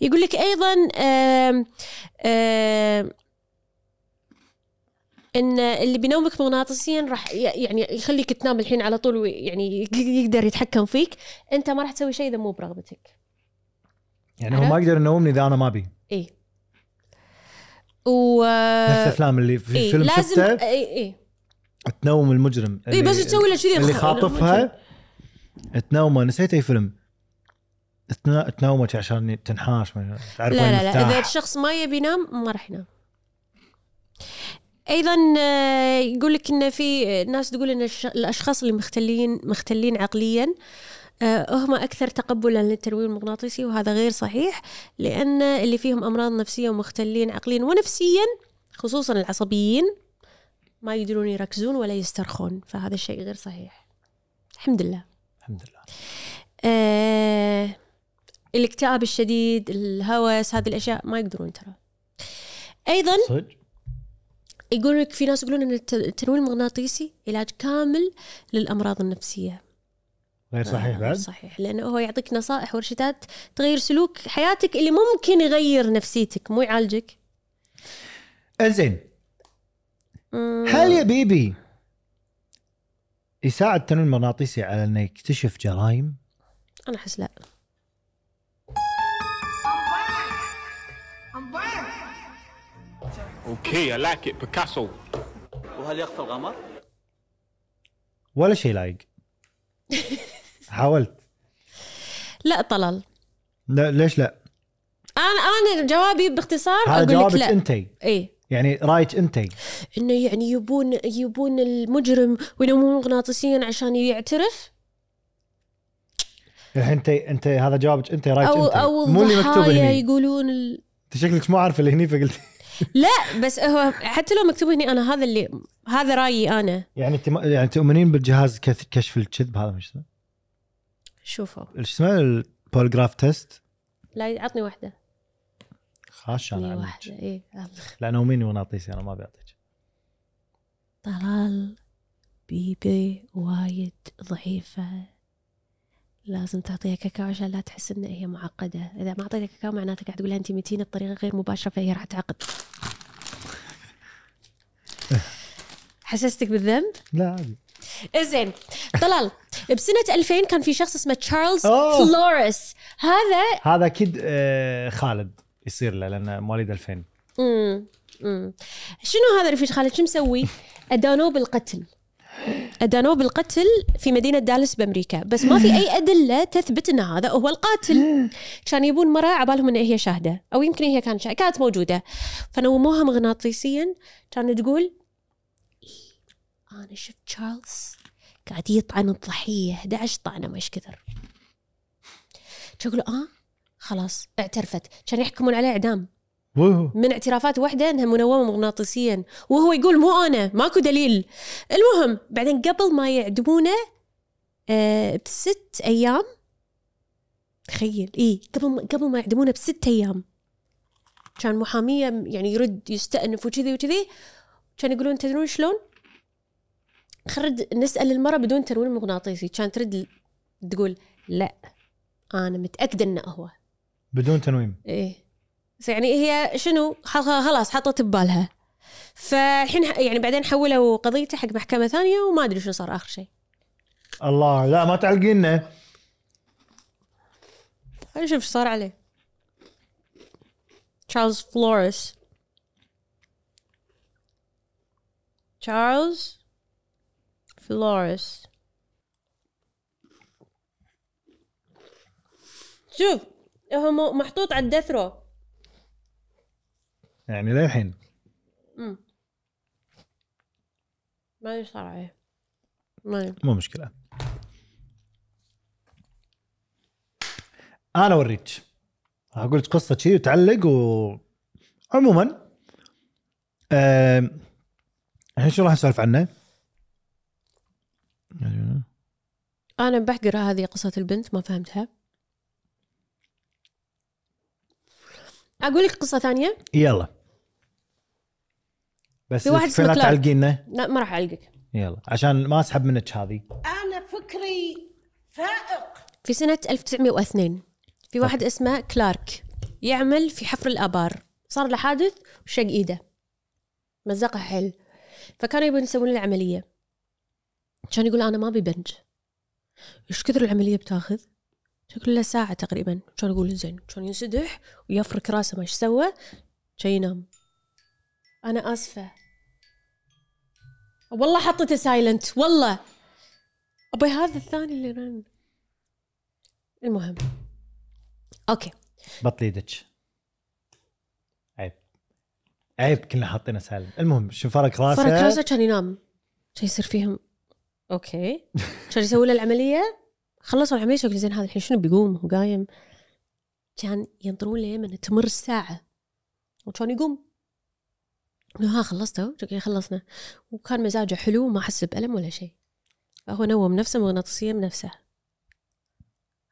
A: يقول لك ايضا آم، آم، ان اللي بينومك مغناطيسيا راح ي- يعني يخليك تنام الحين على طول وي- يعني ي- يقدر يتحكم فيك انت ما راح تسوي شيء اذا مو برغبتك
B: يعني هو ما يقدر ينومني اذا انا ما ابي
A: اي إيه. و
B: نفس الافلام اللي في
A: إيه،
B: فيلم
A: لازم
B: ستة
A: اي اي
B: تنوم المجرم
A: اي بس تسوي له كذي
B: اللي
A: خ-
B: خاطفها تنومه نسيت اي فيلم تنا- تنومك عشان تنحاش ما- تعرف
A: لا
B: وين
A: لا لا اذا
B: المفتاح.
A: الشخص ما يبي ينام ما راح ينام ايضا آه، يقول لك ان في ناس تقول ان الش- الاشخاص اللي مختلين مختلين عقليا آه، هم اكثر تقبلا للتنويم المغناطيسي وهذا غير صحيح لان اللي فيهم امراض نفسيه ومختلين عقليا ونفسيا خصوصا العصبيين ما يقدرون يركزون ولا يسترخون فهذا الشيء غير صحيح الحمد لله
B: الحمد لله
A: آه، الاكتئاب الشديد الهوس هذه الاشياء ما يقدرون ترى ايضا
B: صدق
A: يقول لك في ناس يقولون ان الت- التنويم المغناطيسي علاج كامل للامراض النفسيه
B: غير صحيح
A: آه،
B: بعد
A: صحيح لانه هو يعطيك نصائح وارشادات تغير سلوك حياتك اللي ممكن يغير نفسيتك مو يعالجك
B: انزين
A: مم،
B: هل يا بيبي يساعد التنويم المغناطيسي على انه يكتشف جرائم؟
A: انا احس لا
E: I'm back.
C: Okay, I like it. Picasso.
D: وهل يخفى القمر؟
B: ولا شيء لايق حاولت
A: لا طلال
B: لا ليش لا؟
A: انا انا جوابي باختصار
B: هذا
A: اقول لك
B: جوابك
A: لا
B: انت
A: اي
B: يعني رايك انت
A: انه يعني يبون يبون المجرم وينمون مغناطيسيا عشان يعترف
B: الحين انت انت هذا جوابك انت رايك
A: او
B: انت
A: او
B: مو اللي مكتوب
A: الضحايا
B: هني
A: يقولون ال...
B: انت شكلك مو عارف اللي هني فقلت
A: لا بس هو حتى لو مكتوب هنا انا هذا اللي هذا رايي انا
B: يعني انت ما- يعني تؤمنين بالجهاز كث- كشف الكذب هذا مش اسمه؟
A: شوفوا
B: شو اسمه البوليغراف تيست
A: لا عطني إيه، واحده
B: خاش انا
A: عطني
B: عنك
A: واحده اي
B: لانه ميني مغناطيسي انا ما بيعطيك
A: طلال بيبي وايد ضعيفه لازم تعطيها كاكاو عشان لا تحس ان هي معقده اذا ما اعطيتها كاكاو معناته قاعد تقول لها انت متينه بطريقه غير مباشره فهي راح تعقد حسستك بالذنب
B: لا عادي
A: زين طلال بسنة 2000 كان في شخص اسمه تشارلز
B: أوه.
A: فلوريس هذا
B: هذا اكيد آه، خالد يصير له لانه مواليد 2000
A: مم. مم. شنو هذا رفيج خالد شو مسوي؟ ادانوه بالقتل ادانوه بالقتل في مدينه دالاس بامريكا بس ما في اي ادله تثبت ان هذا هو القاتل كان يبون مره عبالهم ان هي شاهده او يمكن هي كانت شاهدة. كانت موجوده فنوموها مغناطيسيا كانت تقول "إي، انا شفت تشارلز قاعد يطعن الضحيه 11 طعنه ما ايش كثر كان يقول اه خلاص اعترفت كان يحكمون عليه اعدام
B: ووهو.
A: من اعترافات واحدة انها منومة مغناطيسيا وهو يقول مو انا ماكو دليل المهم بعدين قبل ما يعدمونه آه بست ايام تخيل اي قبل ما قبل ما يعدمونه بست ايام كان محامية يعني يرد يستأنف وكذي وكذي كان يقولون تدرون شلون؟ خرد نسأل المرأة بدون تنويم مغناطيسي كان ترد تقول لا انا متأكدة انه هو
B: بدون تنويم
A: ايه بس يعني هي شنو خ- خ- خلاص حطت ببالها فالحين ح- يعني بعدين حولوا قضيته حق محكمه ثانيه وما ادري شنو صار اخر شيء
B: الله لا ما تعلقينا
A: خلينا نشوف شو صار عليه تشارلز فلوريس تشارلز فلوريس شوف هو مو- محطوط على الدثرو
B: يعني للحين
A: ما ادري شو صار عليه ما ادري
B: مو مشكله انا اوريك اقول لك قصه شي وتعلق و عموما آم، آه، الحين شو راح نسولف عنه؟
A: انا بحقر هذه قصه البنت ما فهمتها اقول لك قصه ثانيه
B: يلا بس
A: في واحد
B: في لا
A: اسمه كلارك.
B: تعلقينا
A: لا ما راح اعلقك
B: يلا عشان ما اسحب منك هذه
E: انا فكري فائق
A: في سنة 1902 في واحد اسمه كلارك يعمل في حفر الآبار صار له حادث وشق إيده مزقه حيل فكانوا يبون يسوون له عملية كان يقول أنا ما أبي بنج إيش كثر العملية بتاخذ؟ تقول له ساعة تقريبا كان يقول زين كان ينسدح ويفرك راسه ما ايش سوى كان ينام أنا آسفة والله حطيته سايلنت والله أبي هذا الثاني اللي رن المهم اوكي
B: بطل يدك عيب عيب كلنا حاطينه سالم المهم شو فرق راسه
A: فرق راسه كان ينام كان يصير فيهم اوكي كان يسوي له العمليه خلصوا العمليه شكل زين هذا الحين شنو بيقوم هو قايم كان ينطرون له من تمر الساعه وكان يقوم يقول ها خلصتوا شكلي خلصنا وكان مزاجه حلو وما حس بألم ولا شيء فهو نوم نفسه مغناطيسيا بنفسه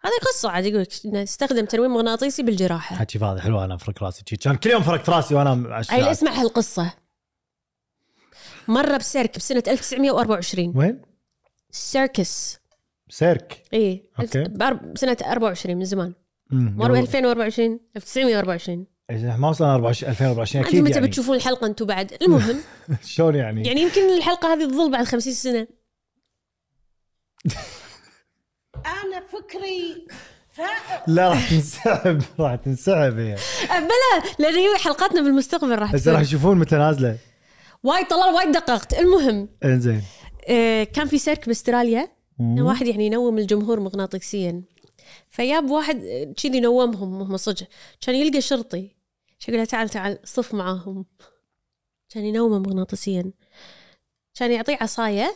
A: هذه قصة عاد يقول لك إنه استخدم تنويم مغناطيسي بالجراحة
B: حكي فاضي حلو انا افرك راسي شي. كان كل يوم فرقت راسي وانا عشر
A: هاي
B: ساعات.
A: اسمع هالقصة مرة بسيرك بسنة 1924
B: وين؟
A: سيركس
B: سيرك
A: اي
B: أوكي.
A: سنة 24 من زمان
B: أمم،
A: مرة
B: يلا.
A: 2024 1924
B: إيه، ما وصلنا 24 2024
A: ما ادري
B: اكيد
A: متى
B: يعني
A: بتشوفون الحلقة انتم بعد المهم
B: شلون يعني؟
A: يعني يمكن الحلقة هذه تظل بعد 50 سنة
E: أنا فكري فائق
B: لا راح تنسحب راح تنسحب هي
A: بلا لان هي حلقاتنا بالمستقبل راح
B: بس راح
A: تصير
B: يشوفون متى نازله
A: وايد طلال وايد دققت المهم
B: انزين
A: آه، كان في سيرك باستراليا
B: مم.
A: إنه واحد يعني ينوم الجمهور مغناطيسيا فياب واحد آه، كذي نومهم وهم صج كان يلقى شرطي كان يقول له تعال تعال صف معاهم كان ينومه مغناطيسيا كان يعطيه عصاية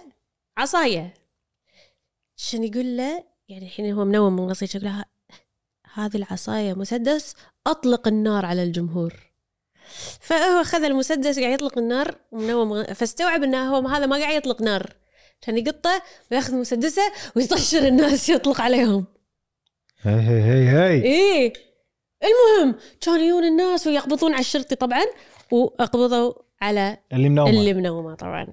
A: عصاية كان يقول له يعني الحين هو منوم مغناطيسيا كان يقول له "ه- هذه العصاية مسدس أطلق النار على الجمهور فهو أخذ المسدس قاعد يطلق النار ومنوم مغ- فاستوعب انه هو هذا ما قاعد يطلق نار كان يقطه وياخذ مسدسه ويطشر الناس يطلق عليهم
B: هي هي هي هي
A: ايه المهم كانوا يجون الناس ويقبضون على الشرطي طبعا واقبضوا على
B: اللي منومه
A: اللي منومه طبعا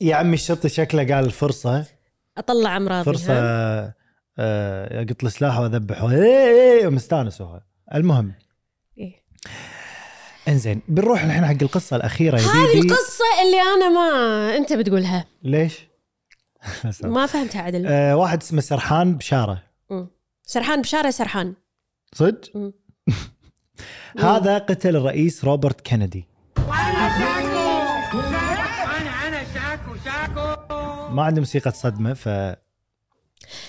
B: يا عمي الشرطي شكله قال فرصه
A: اطلع امراضي
B: فرصه
A: ها؟
B: آه، اقط له سلاح واذبحه إيه، إيه، مستانس هو المهم
A: إيه.
B: انزين بنروح الحين حق القصه الاخيره يا
A: هذه
B: ديدي
A: القصه اللي انا ما انت بتقولها
B: ليش؟
A: ما فهمتها عدل
B: آه، واحد اسمه سرحان بشاره
A: مم. سرحان بشارع سرحان
B: صدق؟
A: مم.
B: هذا قتل الرئيس روبرت كينيدي ما عندي موسيقى صدمه ف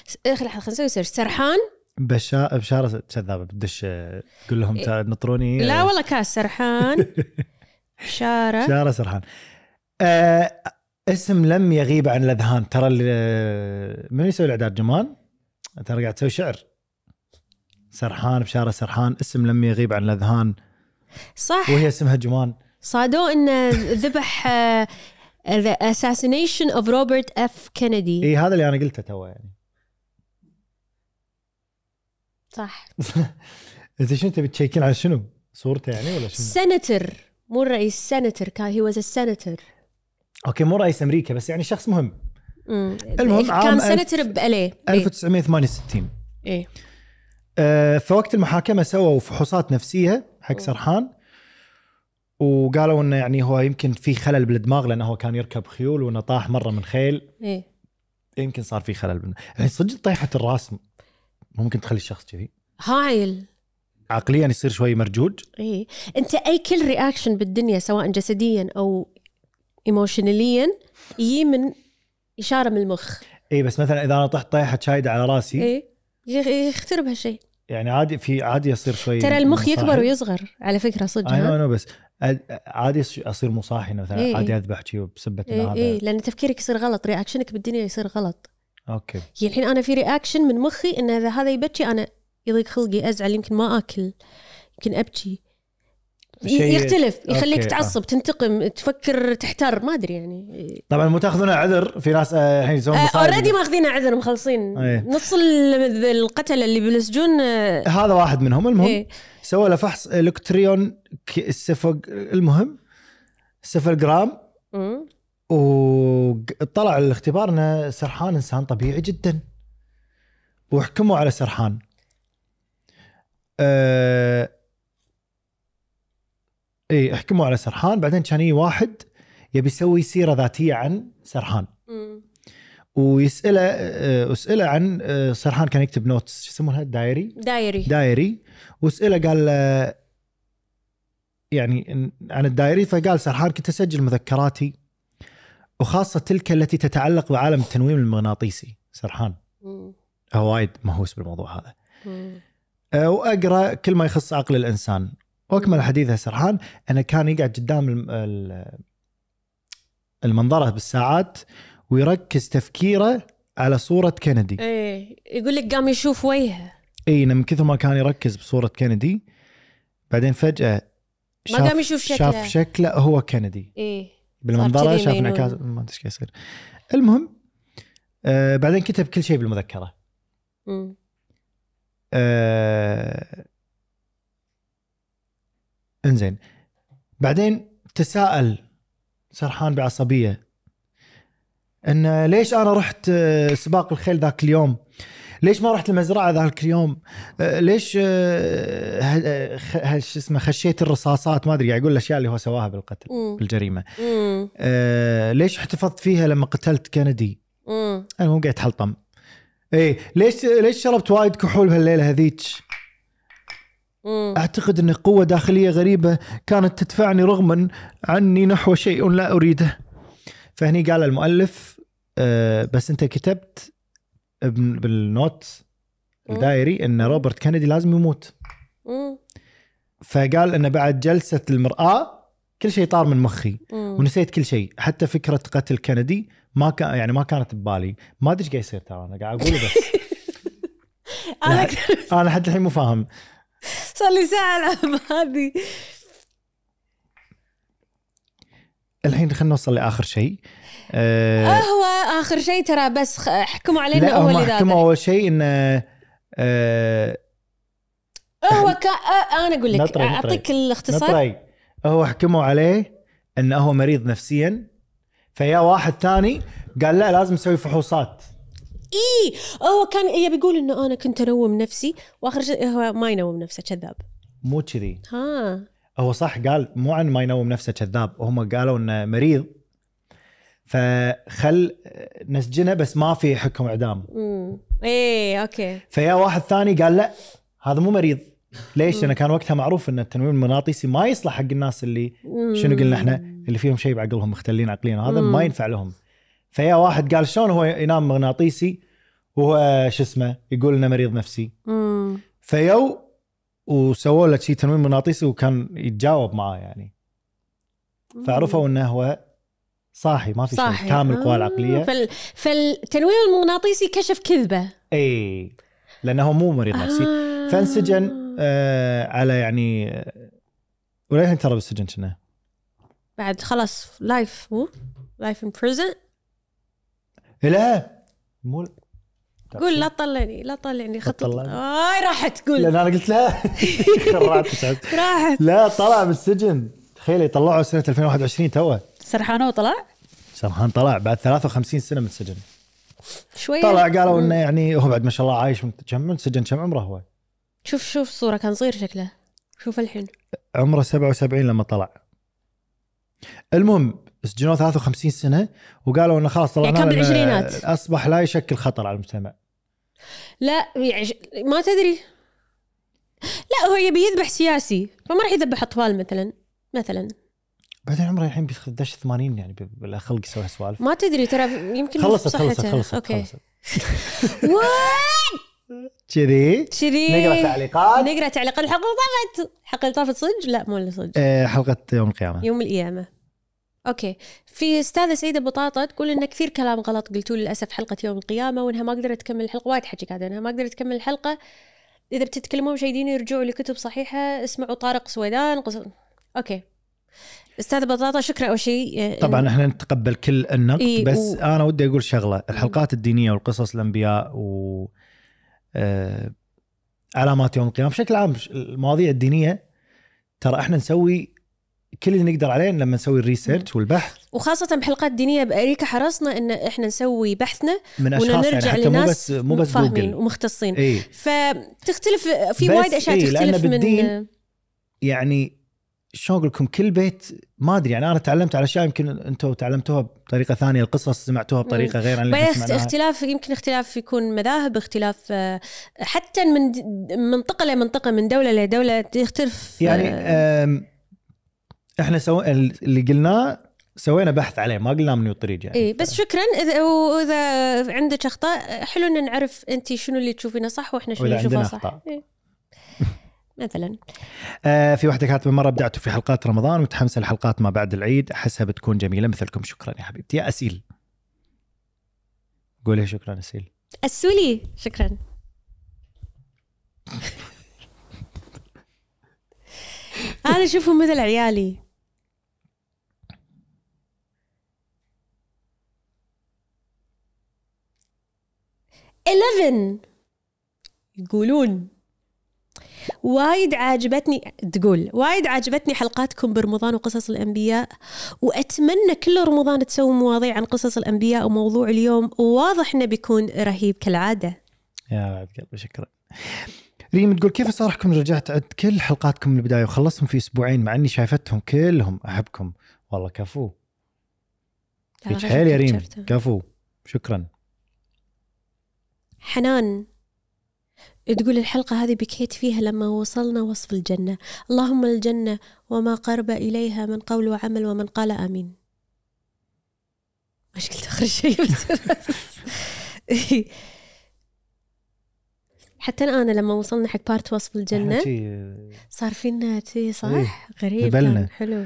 A: س- إيه، خل خل نسوي سيرش سرحان
B: بشا بشارة كذابة بتدش آه، تقول لهم تا- نطروني
A: إيه. لا
B: آه،
A: والله كاس سرحان بشارع
B: بشارة سرحان آه اسم لم يغيب عن الاذهان ترى ال- آه، من يسوي الاعداد جمان ترى قاعد تسوي شعر سرحان بشارة سرحان اسم لم يغيب عن الاذهان
A: صح
B: وهي اسمها جمان
A: صادوه انه ذبح آه، The assassination of Robert F. Kennedy
B: اي إيه، هذا اللي انا قلته تو يعني
A: صح
B: انت شنو تبي تشيكين على شنو؟ صورته يعني ولا شنو؟
A: سنتر مو الرئيس سنتر كان هي واز سنتر
B: اوكي مو رئيس امريكا بس يعني شخص مهم المهم
A: كان
B: عام ألف-
A: سنتر باليه
B: 1968
A: ايه
B: آه، فوقت المحاكمه سووا فحوصات نفسيه حق سرحان وقالوا انه يعني هو يمكن في خلل بالدماغ لانه هو كان يركب خيول وانه طاح مره من خيل
A: ايه
B: يمكن صار في خلل بالدماغ يعني صدق طيحه الراس ممكن تخلي الشخص كذي
A: هايل
B: عقليا يصير شوي مرجوج
A: ايه انت اي كل رياكشن بالدنيا سواء جسديا او ايموشنليا يجي من اشاره من المخ
B: اي إيه، بس مثلا اذا انا طحت طيحه شايده على راسي
A: ايه ي- يخترب هالشيء
B: يعني عادي في عادي يصير شوي
A: ترى المخ يكبر
B: ويصير
A: ويصغر على فكره صدق
B: اي
A: ها؟
B: نو بس أ- عادي أص- اصير مصاحي مثلا
A: إي، إي.
B: عادي اذبح شي بسبه إن
A: ايه
B: هذا
A: ايه لان تفكيرك يصير غلط رياكشنك بالدنيا يصير غلط
B: اوكي
A: يعني الحين انا في رياكشن من مخي ان اذا هذا يبكي انا يضيق خلقي ازعل يمكن ما اكل يمكن ابكي
B: شيء-
A: ي- يختلف يخليك
B: أوكي، آه.
A: تعصب تنتقم تفكر تحتار ما ادري يعني
B: طبعا مو تاخذونها عذر في ناس آه، الحين يسوون مصايب.
A: اوريدي ماخذين عذر مخلصين
B: إيه.
A: نص ال- القتله اللي بالسجون آه،
B: هذا واحد منهم المهم
A: إيه.
B: سوى له فحص الكتريون ك- سفوج المهم سفلجرام
A: مم.
B: وطلع الاختبار انه سرحان انسان طبيعي جدا وحكموا على سرحان أه... اي إيه، حكموا على سرحان بعدين كان يجي واحد يبي يسوي سيره ذاتيه عن سرحان
A: مم.
B: ويساله أه... اساله عن أه... سرحان كان يكتب نوتس شو يسمونها دايري
A: دايري
B: دايري وسأله قال له يعني إن- عن الدايري فقال سرحان كنت اسجل مذكراتي وخاصه تلك التي تتعلق بعالم التنويم المغناطيسي سرحان
A: مم.
B: هو وايد مهووس بالموضوع هذا
A: مم.
B: أه، واقرا كل ما يخص عقل الانسان واكمل حديثه سرحان انه كان يقعد قدام الم- ال- المنظره بالساعات ويركز تفكيره على صوره كندي
A: ايه يقول لك قام يشوف وجهه
B: اي إيه، إنه من كثر ما كان يركز بصوره كندي بعدين فجاه
A: ما
B: شاف-
A: قام يشوف شكله.
B: شاف شكله هو كندي
A: ايه
B: بالمنظره
A: كذي
B: شاف
A: مينون.
B: انعكاس ما ادري ايش قاعد يصير المهم آه بعدين كتب كل شيء بالمذكره
A: مم.
B: آه انزين بعدين تساءل سرحان بعصبيه ان ليش انا رحت آه، سباق الخيل ذاك اليوم؟ ليش ما رحت المزرعه ذاك اليوم؟ آه، ليش آه، ه- آه، خ- ه- شو اسمه خشيت الرصاصات ما ادري قاعد يقول الاشياء اللي هو سواها بالقتل
A: مم.
B: بالجريمه.
A: مم.
B: آه، ليش احتفظت فيها لما قتلت كندي؟
A: مم.
B: انا مو قاعد حلطم ايه ليش ليش شربت وايد كحول هالليله هذيك
A: مم.
B: اعتقد ان قوه داخليه غريبه كانت تدفعني رغما عني نحو شيء لا اريده فهني قال المؤلف آه بس انت كتبت بن- بالنوت الدائري ان روبرت كندي لازم يموت
A: مم.
B: فقال انه بعد جلسه المراه كل شيء طار من مخي
A: مم.
B: ونسيت كل شيء حتى فكره قتل كندي ما كان يعني ما كانت ببالي ما ادري ايش قاعد يصير ترى انا قاعد اقوله بس
A: انا
B: انا لحد الحين مو فاهم
A: صار لي ساعه العب هذه
B: الحين خلينا نوصل لاخر شيء آه
A: هو اخر شيء ترى بس خ- حكموا علينا
B: لا
A: هو
B: هم
A: اللي
B: حكموا
A: ذابح
B: اول شيء انه آه
A: هو كا... آه، انا اقول لك
B: نطري- نطري.
A: اعطيك الاختصار
B: نطري هو حكموا عليه انه هو مريض نفسيا فيا واحد ثاني قال لا لازم نسوي فحوصات
A: اي هو كان إيه، يبي يقول انه انا كنت انوم نفسي واخر شيء هو ما ينوم نفسه كذاب
B: مو كذي
A: ها
B: هو صح قال مو عن ما ينوم نفسه كذاب هم قالوا انه مريض فخل نسجنه بس ما في حكم اعدام
A: امم ايه اوكي
B: فيا واحد ثاني قال لا هذا مو مريض ليش؟ لانه كان وقتها معروف ان التنويم المغناطيسي ما يصلح حق الناس اللي
A: مم.
B: شنو قلنا احنا اللي فيهم شيء بعقلهم مختلين عقليا وهذا
A: مم.
B: ما ينفع لهم فيا واحد قال شلون هو ينام مغناطيسي وهو شو اسمه يقول انه مريض نفسي
A: مم.
B: فيو وسووا له شيء تنويم مغناطيسي وكان يتجاوب معاه يعني فعرفوا انه هو صاحي ما في شيء كامل القوى
A: آه،
B: العقليه
A: فال... فالتنويم المغناطيسي كشف كذبه
B: اي لانه هو مو مريض نفسي
A: آه.
B: فانسجن آه على يعني آه، وللحين ترى بالسجن كنا
A: بعد خلاص لايف مو لايف ان بريزن
B: إيه، لا مو
A: قول لا تطلعني لا تطلعني خطط
B: تطلعني.
A: اي راحت
B: لان
A: قول
B: انا قلت لا خرعت شعرت.
A: راحت
B: لا طلع بالسجن تخيل طلعوا سنه 2021 توه
A: سرحانه وطلع
B: سرحان طلع بعد 53 سنه من السجن
A: شويه
B: طلع قالوا انه يعني هو بعد ما شاء الله عايش من كم من سجن كم عمره هو؟
A: شوف شوف صوره كان صغير شكله شوف الحين
B: عمره 77 لما طلع المهم سجنوه 53 سنه وقالوا انه خلاص
A: يعني
B: طلعنا
A: كان
B: لأنه
A: بالعشرينات.
B: اصبح لا يشكل خطر على المجتمع
A: لا يعني ش- ما تدري لا هو يبي يذبح سياسي فما راح يذبح اطفال مثلا مثلا
B: بعدين عمره الحين بيخدش 80 يعني بالخلق يسوي سوالف
A: ما تدري ترى يمكن
B: خلصت
A: بصحته.
B: خلصت خلصت
A: اوكي
B: خلصت
A: وات!
B: كذي
A: كذي
B: نقرا تعليقات
A: نقرا تعليقات الحلقه طافت حلقه طافت صدق لا مو اللي صدق
B: آه، حلقه يوم القيامه
A: يوم القيامة اوكي في استاذة سيدة بطاطا تقول ان كثير كلام غلط قلتوه للاسف حلقة يوم القيامة وانها ما قدرت تكمل الحلقة وايد حكي قاعدة انها ما قدرت تكمل الحلقة اذا بتتكلمون مشاهدين يرجعوا لكتب صحيحة اسمعوا طارق سويدان قص... اوكي استاذة بطاطا شكرا اول شيء
B: طبعا احنا نتقبل كل النقد
A: إي،
B: بس
A: و-
B: انا ودي اقول شغله الحلقات الدينيه والقصص الانبياء و آه، علامات يوم القيامه بشكل عام ش- المواضيع الدينيه ترى احنا نسوي كل اللي نقدر عليه إن لما نسوي الريسيرش والبحث
A: وخاصه بحلقات دينيه باريكا حرصنا ان احنا نسوي بحثنا
B: من اشخاص يعني
A: ونرجع
B: حتى مو
A: لناس
B: بس مو بس
A: فاهمين
B: جوجل
A: ومختصين
B: اي
A: فتختلف في
B: بس
A: وايد اشياء
B: إيه، لأن
A: تختلف من
B: بالدين- يعني شو اقول لكم كل بيت ما ادري يعني انا تعلمت على اشياء يمكن انتم تعلمتوها بطريقه ثانيه القصص سمعتوها بطريقه غير عن اللي
A: بعدين
B: إحنا
A: اخت-
B: سمعناها
A: اختلاف يمكن اختلاف يكون مذاهب اختلاف آه، حتى من د- منطقه لمنطقه من دوله لدوله تختلف
B: يعني
A: آه،
B: أم، احنا سو... اللي قلناه سوينا بحث عليه ما قلناه من الطريق يعني
A: اي إيه، بس شكرا اذا واذا عندك اخطاء حلو ان نعرف انت شنو اللي تشوفينه صح واحنا شنو
B: ولا
A: اللي نشوفه
B: عندنا
A: صح
B: أخطاء.
A: إيه. مثلا
B: آه في واحده كاتبه مره ابدعتوا في حلقات رمضان متحمسه لحلقات ما بعد العيد احسها بتكون جميله مثلكم شكرا يا حبيبتي يا اسيل قولي شكرا اسيل
A: السولي شكرا انا اشوفهم مثل عيالي إلفن يقولون وايد عاجبتني تقول وايد عاجبتني حلقاتكم برمضان وقصص الأنبياء وأتمنى كل رمضان تسوي مواضيع عن قصص الأنبياء وموضوع اليوم واضح إنه بيكون رهيب كالعادة
B: يا بعد قلبي شكرا ريم تقول كيف صارحكم إن رجعت عد كل حلقاتكم من البدايه وخلصتهم في اسبوعين مع اني شايفتهم كلهم احبكم والله كفو فيك حيل يا ريم كفو شكرا
A: حنان تقول الحلقة هذه بكيت فيها لما وصلنا وصف الجنة اللهم الجنة وما قرب إليها من قول وعمل ومن قال آمين مش قلت آخر شيء بس حتى أنا لما وصلنا حق بارت وصف الجنة صار فينا تي
B: إيه،
A: صح غريب
B: ذبلنا.
A: كان حلو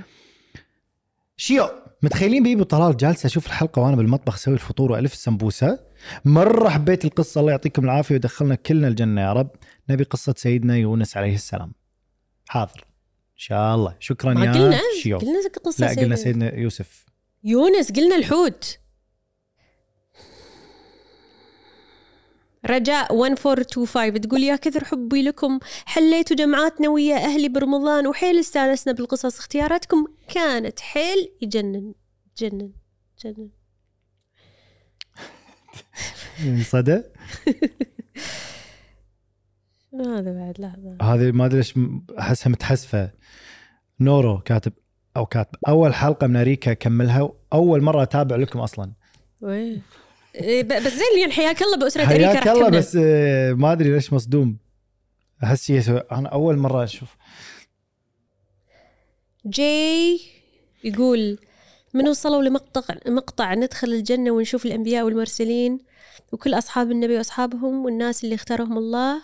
B: شيو متخيلين بيبي طلال جالسة أشوف الحلقة وأنا بالمطبخ أسوي الفطور وألف السمبوسة مرة حبيت القصة الله يعطيكم العافية ودخلنا كلنا الجنة يا رب نبي قصة سيدنا يونس عليه السلام حاضر إن شاء الله شكرا
A: ما
B: يا
A: قلنا
B: شيو
A: قلنا زي قصة
B: لا
A: سيدنا.
B: قلنا سيدنا يوسف
A: يونس قلنا الحوت رجاء 1425 تقول يا كثر حبي لكم حليتوا جمعاتنا ويا أهلي برمضان وحيل استانسنا بالقصص اختياراتكم كانت حيل يجنن جنن جنن
B: انصدى
A: شنو هذا بعد لحظة
B: هذه ما أدري ليش م- أحسها متحسفة نورو كاتب أو كاتب أول حلقة من أريكا أكملها أول مرة أتابع لكم أصلا
A: وين؟ إيه، ب- بس زين يعني حياك الله بأسرة أريكا راح
B: حياك الله
A: تكمل
B: بس آه، ما ادري ليش مصدوم احس هي سو- انا اول مره اشوف
A: جاي يقول من وصلوا لمقطع مقطع ندخل الجنة ونشوف الأنبياء والمرسلين وكل أصحاب النبي وأصحابهم والناس اللي اختارهم الله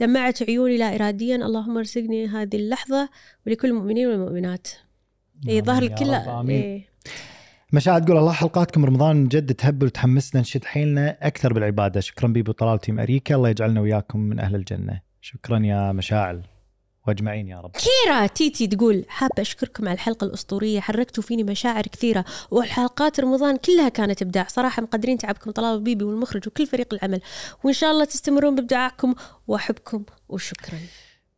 A: دمعت عيوني لا إراديا اللهم ارزقني هذه اللحظة ولكل المؤمنين والمؤمنات اي إيه، ظهر
B: آمين نعم، يا
A: الكل
B: رب، آمين.
A: إيه.
B: مشاعر تقول الله حلقاتكم رمضان من جد تهبل وتحمسنا نشد حيلنا اكثر بالعباده شكرا بيبي وطلال تيم اريكا الله يجعلنا وياكم من اهل الجنه شكرا يا مشاعل واجمعين يا رب
A: كيرا تيتي تقول حابة أشكركم على الحلقة الأسطورية حركتوا فيني مشاعر كثيرة والحلقات رمضان كلها كانت إبداع صراحة مقدرين تعبكم طلال وبيبي والمخرج وكل فريق العمل وإن شاء الله تستمرون بإبداعكم وأحبكم وشكرا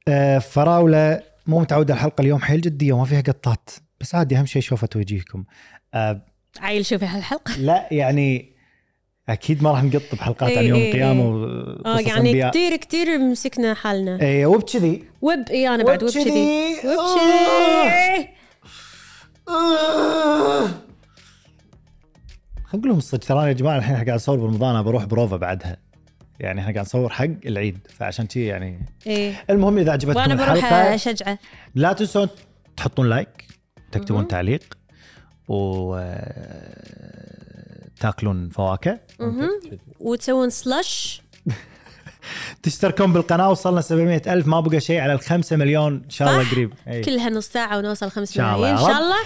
B: آه، فراوله مو متعوده الحلقه اليوم حيل جديه وما فيها قطات بس عادي اهم شيء شوفت وجيهكم آه،
A: عيل شوفي هالحلقة
B: لا يعني اكيد ما راح نقط بحلقات عن
A: إي،
B: يوم
A: إي، إي.
B: القيامة
A: اه
B: وقصص
A: يعني
B: انبياء
A: كثير كثير مسكنا حالنا
B: اي وبكذي
A: وب اي انا بعد وب كذي وب كذي
B: آه. خلينا نقول لهم الصدق ترى أنا يا جماعه الحين إحنا قاعد نصور برمضان انا بروح بروفا بعدها يعني احنا قاعد نصور حق العيد فعشان كذي يعني
A: ايه
B: المهم اذا عجبتكم
A: وانا بروح
B: الحلقه
A: اشجعه
B: لا تنسون تحطون لايك تكتبون تعليق و تاكلون فواكه
A: وتسوون سلش
B: تشتركون بالقناه وصلنا 700 الف ما بقى شيء على الخمسة مليون ان شاء الله
A: صح؟
B: قريب إيه. أي.
A: كلها نص ساعة ونوصل خمس
B: إن شاء الله
A: ملايين
B: يا
A: ان شاء
B: رب.
A: الله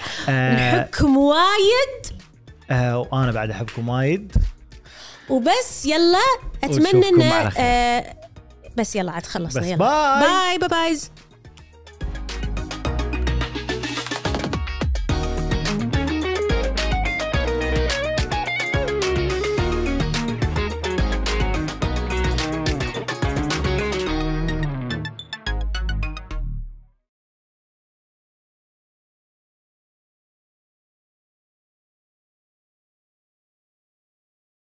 B: آه.
A: نحبكم وايد
B: آه وانا بعد احبكم وايد
A: وبس يلا اتمنى
B: ونشوفكم
A: ان
B: على خير.
A: آه، بس يلا عاد خلصنا
B: بس
A: يلا
B: باي.
A: باي باي باي